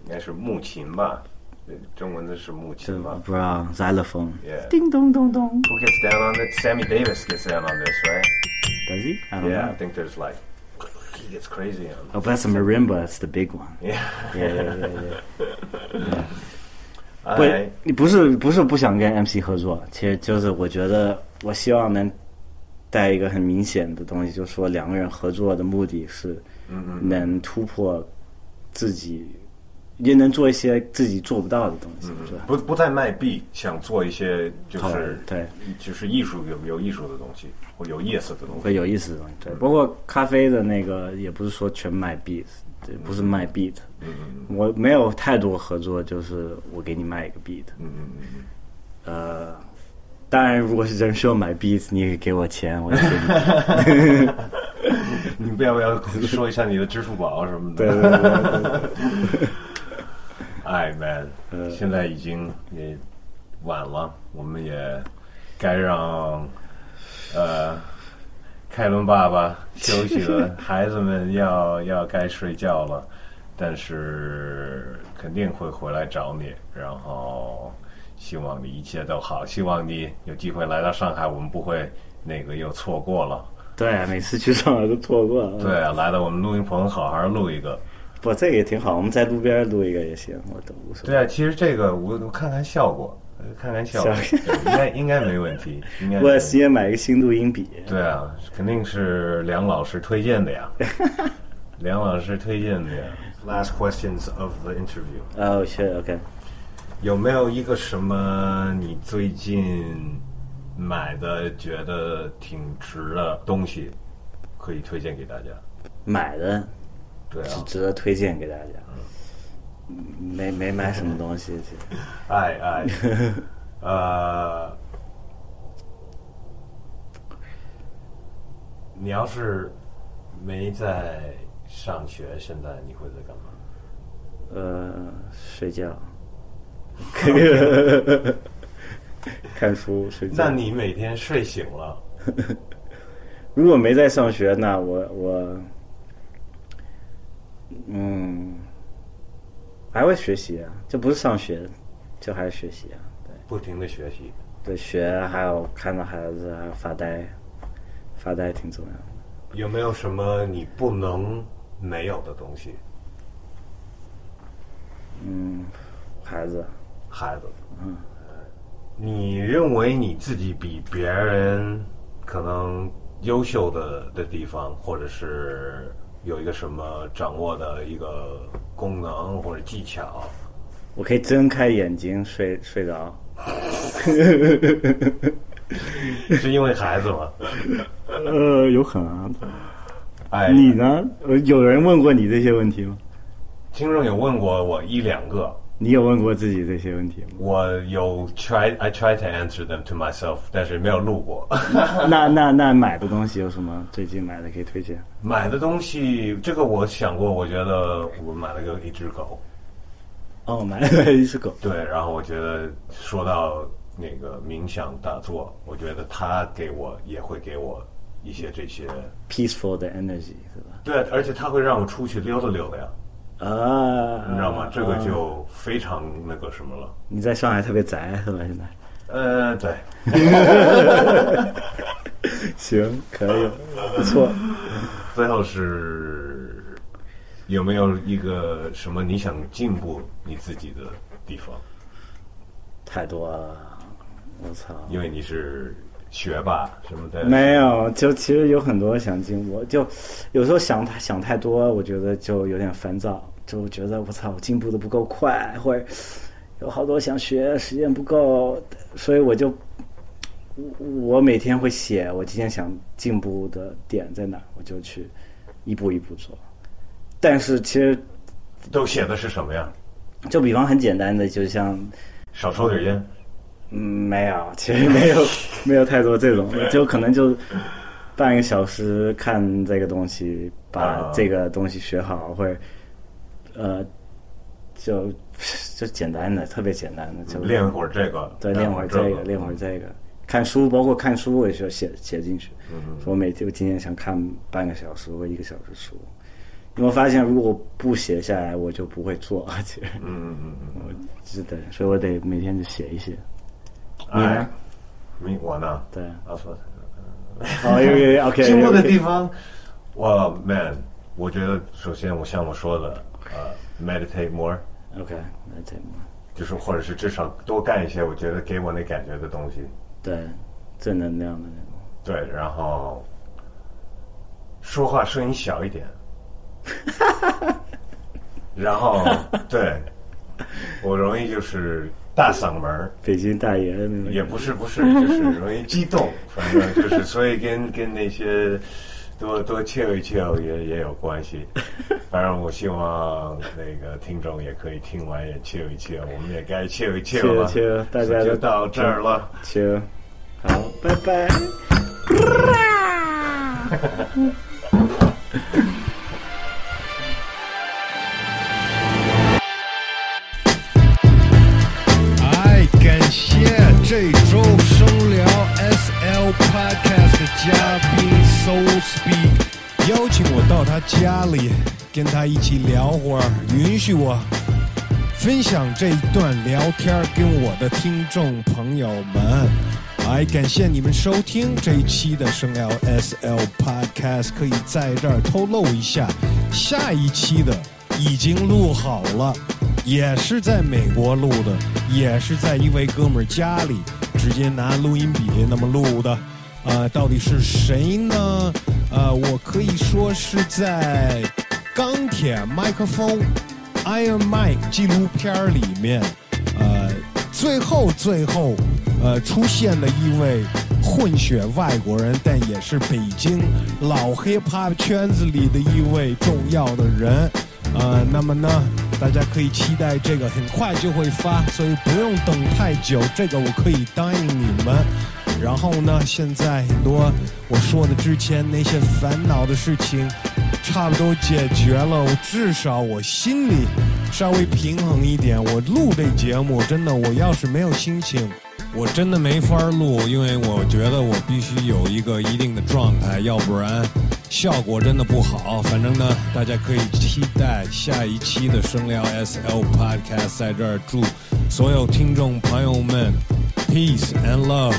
Speaker 3: 应该是木琴吧，对中文的是木琴吧。
Speaker 2: 不知道 xylophone。
Speaker 3: Yeah.
Speaker 2: 叮咚咚咚。
Speaker 3: Who gets down on it? Sammy Davis gets down on this, right?
Speaker 2: Does he? I don't
Speaker 3: Yeah, I
Speaker 2: know.
Speaker 3: think there's like he gets crazy on. it.
Speaker 2: Oh, but that's a marimba. That's the big one.
Speaker 3: Yeah.
Speaker 2: Yeah, yeah, yeah, yeah.
Speaker 3: 哎
Speaker 2: 不，你不是不是不想跟 MC 合作，其实就是我觉得我希望能带一个很明显的东西，就是说两个人合作的目的是
Speaker 3: Mm-hmm.
Speaker 2: 能突破自己，也能做一些自己做不到的东西，是吧？
Speaker 3: 不不再卖币，想做一些就
Speaker 2: 好
Speaker 3: 是
Speaker 2: 对，
Speaker 3: 就是艺术有有艺术的东西，或有意思的东西。
Speaker 2: 会有意思的东西。对，包括咖啡的那个，也不是说全卖 beat，对不是卖 beat。我
Speaker 3: 嗯
Speaker 2: 没有太多合作，就是我给你卖一个 beat。嗯嗯嗯。呃，当然，如果是人需要买 beat，你也给我钱，我就给你。
Speaker 3: 嗯 你不要不要说一下你的支付宝啊什么的？
Speaker 2: 对对对对
Speaker 3: 哎，man，、现在已经也晚了，我们也该让呃凯伦爸爸休息了，孩子们要要该睡觉了，但是肯定会回来找你，然后希望你一切都好，希望你有机会来到上海，我们不会那个又错过了。
Speaker 2: 对，啊每次去上海都错过了。
Speaker 3: 对，啊，来到我们录音棚好好录一个。
Speaker 2: 不，这个也挺好，我们在路边录一个也行，我都无所
Speaker 3: 对
Speaker 2: 谓。
Speaker 3: 啊，其实这个我我看看效果，呃看看效果，
Speaker 2: 效
Speaker 3: 对应该应该没问题，应该没
Speaker 2: 我
Speaker 3: 问
Speaker 2: 也
Speaker 3: 题。
Speaker 2: 是也买一个新录音笔。
Speaker 3: 对啊，肯定是梁老师推荐 的呀，梁老师推荐的呀。Last questions of the interview，
Speaker 2: 哦，是 OK。
Speaker 3: 有没有一个什么你最近买的觉得挺值的东西可以推荐给大家？
Speaker 2: 买的
Speaker 3: 对啊
Speaker 2: 是，值得推荐给大家。没没买什么东西，其实
Speaker 3: 哎哎，呃，你要是没在上学，现在你会在干嘛？
Speaker 2: 呃，睡觉， 看书睡
Speaker 3: 那
Speaker 2: 觉。
Speaker 3: 你每天睡醒了，
Speaker 2: 如果没在上学，那我我，嗯，还会学习啊，这不是上学，就还是学习啊，对
Speaker 3: 不停的学习，
Speaker 2: 对，学还有看到孩子，还有发呆，发呆挺重要的。
Speaker 3: 有没有什么你不能没有的东西？
Speaker 2: 嗯，孩子，
Speaker 3: 孩子，嗯，你认为你自己比别人可能优秀的的地方，或者是有一个什么掌握的一个功能或者技巧？
Speaker 2: 我可以睁开眼睛睡睡着。
Speaker 3: 是因为孩子吗？
Speaker 2: 呃，有可能啊。
Speaker 3: 哎，
Speaker 2: 你呢？呃有人问过你这些问题吗？
Speaker 3: 听众有问过我一两个，
Speaker 2: 你有问过自己这些问 题吗？
Speaker 3: 我有 try I try to answer them to myself，但是没有录过。
Speaker 2: 那那那买的东西有什么？最近买的可以推荐？
Speaker 3: 买的东西，这个我想过，我觉得我买了个一只狗。
Speaker 2: 哦，买了一只狗。
Speaker 3: 对，然后我觉得说到那个冥想打坐，我觉得他给我也会给我一些这些，
Speaker 2: peaceful 的 energy 是吧？
Speaker 3: 对，而且他会让我出去溜达溜达呀，
Speaker 2: 啊，
Speaker 3: 你知道吗？这个
Speaker 2: 啊
Speaker 3: 就非常那个什么了。
Speaker 2: 你在上海特别宅是吧？现在
Speaker 3: 呃，对，
Speaker 2: 行，可以，不错。
Speaker 3: 最后是有没有一个什么你想进步你自己的地方？
Speaker 2: 太多了，我操！
Speaker 3: 因为你是学霸什么的，
Speaker 2: 没有，就其实有很多想进步，就有时候想太想太多，我觉得就有点烦躁，就觉得我操，我进步的不够快，或者有好多想学，时间不够，所以我就我我每天会写我今天想进步的点在哪儿，我就去一步一步做。但是其实
Speaker 3: 都写的是什么呀？
Speaker 2: 就比方很简单的，就像
Speaker 3: 少抽点烟。
Speaker 2: 嗯，没有，其实没有， 没有太多这种，就可能就半个小时看这个东西，把
Speaker 3: 啊
Speaker 2: 这个东西学好，或者呃，就 就简单的，特别简单的，就
Speaker 3: 练会儿这个，
Speaker 2: 对，
Speaker 3: 练
Speaker 2: 练会儿这个，练会儿这个。看书，包括看书，我也需要写写进去。
Speaker 3: 嗯
Speaker 2: 说每天我今天想看半个小时或一个小时书，因为我发现如果我不写下来，我就不会做。其实，
Speaker 3: 嗯嗯嗯
Speaker 2: 我是的，所以我得每天就写一写。
Speaker 3: 嗯。
Speaker 2: 你呢
Speaker 3: 哎，你我呢？
Speaker 2: 对，
Speaker 3: 啊，说
Speaker 2: 哦，因 为 OK，
Speaker 3: 进步的
Speaker 2: OK
Speaker 3: 地方，哇，man，我觉得首先我像我说的，呃，meditate more，
Speaker 2: OK，那这
Speaker 3: 就是或者是至少多干一些我觉得给我那感觉的东西。
Speaker 2: 对正能量的那种。
Speaker 3: 对，然后说话声音小一点，然后对我容易就是大嗓门儿，
Speaker 2: 北京大爷的那种，
Speaker 3: 也不是不是，就是容易激动，反正就是所以跟跟那些多多 chill 一 chill 也也有关系。反正我希望那个听众也可以听完也 chill 一 chill，我们也该 chill 一 chill 了。
Speaker 2: chill，chill，大家都嗯
Speaker 3: 就到这儿了。
Speaker 2: 行，好，拜拜。
Speaker 1: 哎，感谢这周声聊 SL Podcast 的嘉宾 Soul Speak，邀请我到他家里跟他一起聊会儿，允许我分享这一段聊天儿跟我的听众朋友们。哎，感谢你们收听这一期的声聊 SL Podcast，可以在这儿透露一下，下一期的已经录好了，也是在美国录的，也是在一位哥们儿家里直接拿录音笔那么录的。呃，到底是谁呢？呃，我可以说是在钢铁麦克风 Iron Mike 纪录片儿里面，呃，最后最后，呃，出现了一位混血外国人，但也是北京老 hiphop 圈子里的一位重要的人。呃，那么呢，大家可以期待这个很快就会发，所以不用等太久，这个我可以答应你们。然后呢，现在很多我说的之前那些烦恼的事情，差不多解决了，我至少我心里稍微平衡一点。我录这节目，真的，我要是没有心情，我真的没法录，因为我觉得我必须有一个一定的状态，要不然效果真的不好。反正呢，大家可以期待下一期的声聊 SL Podcast，在这儿祝所有听众朋友们 peace and love。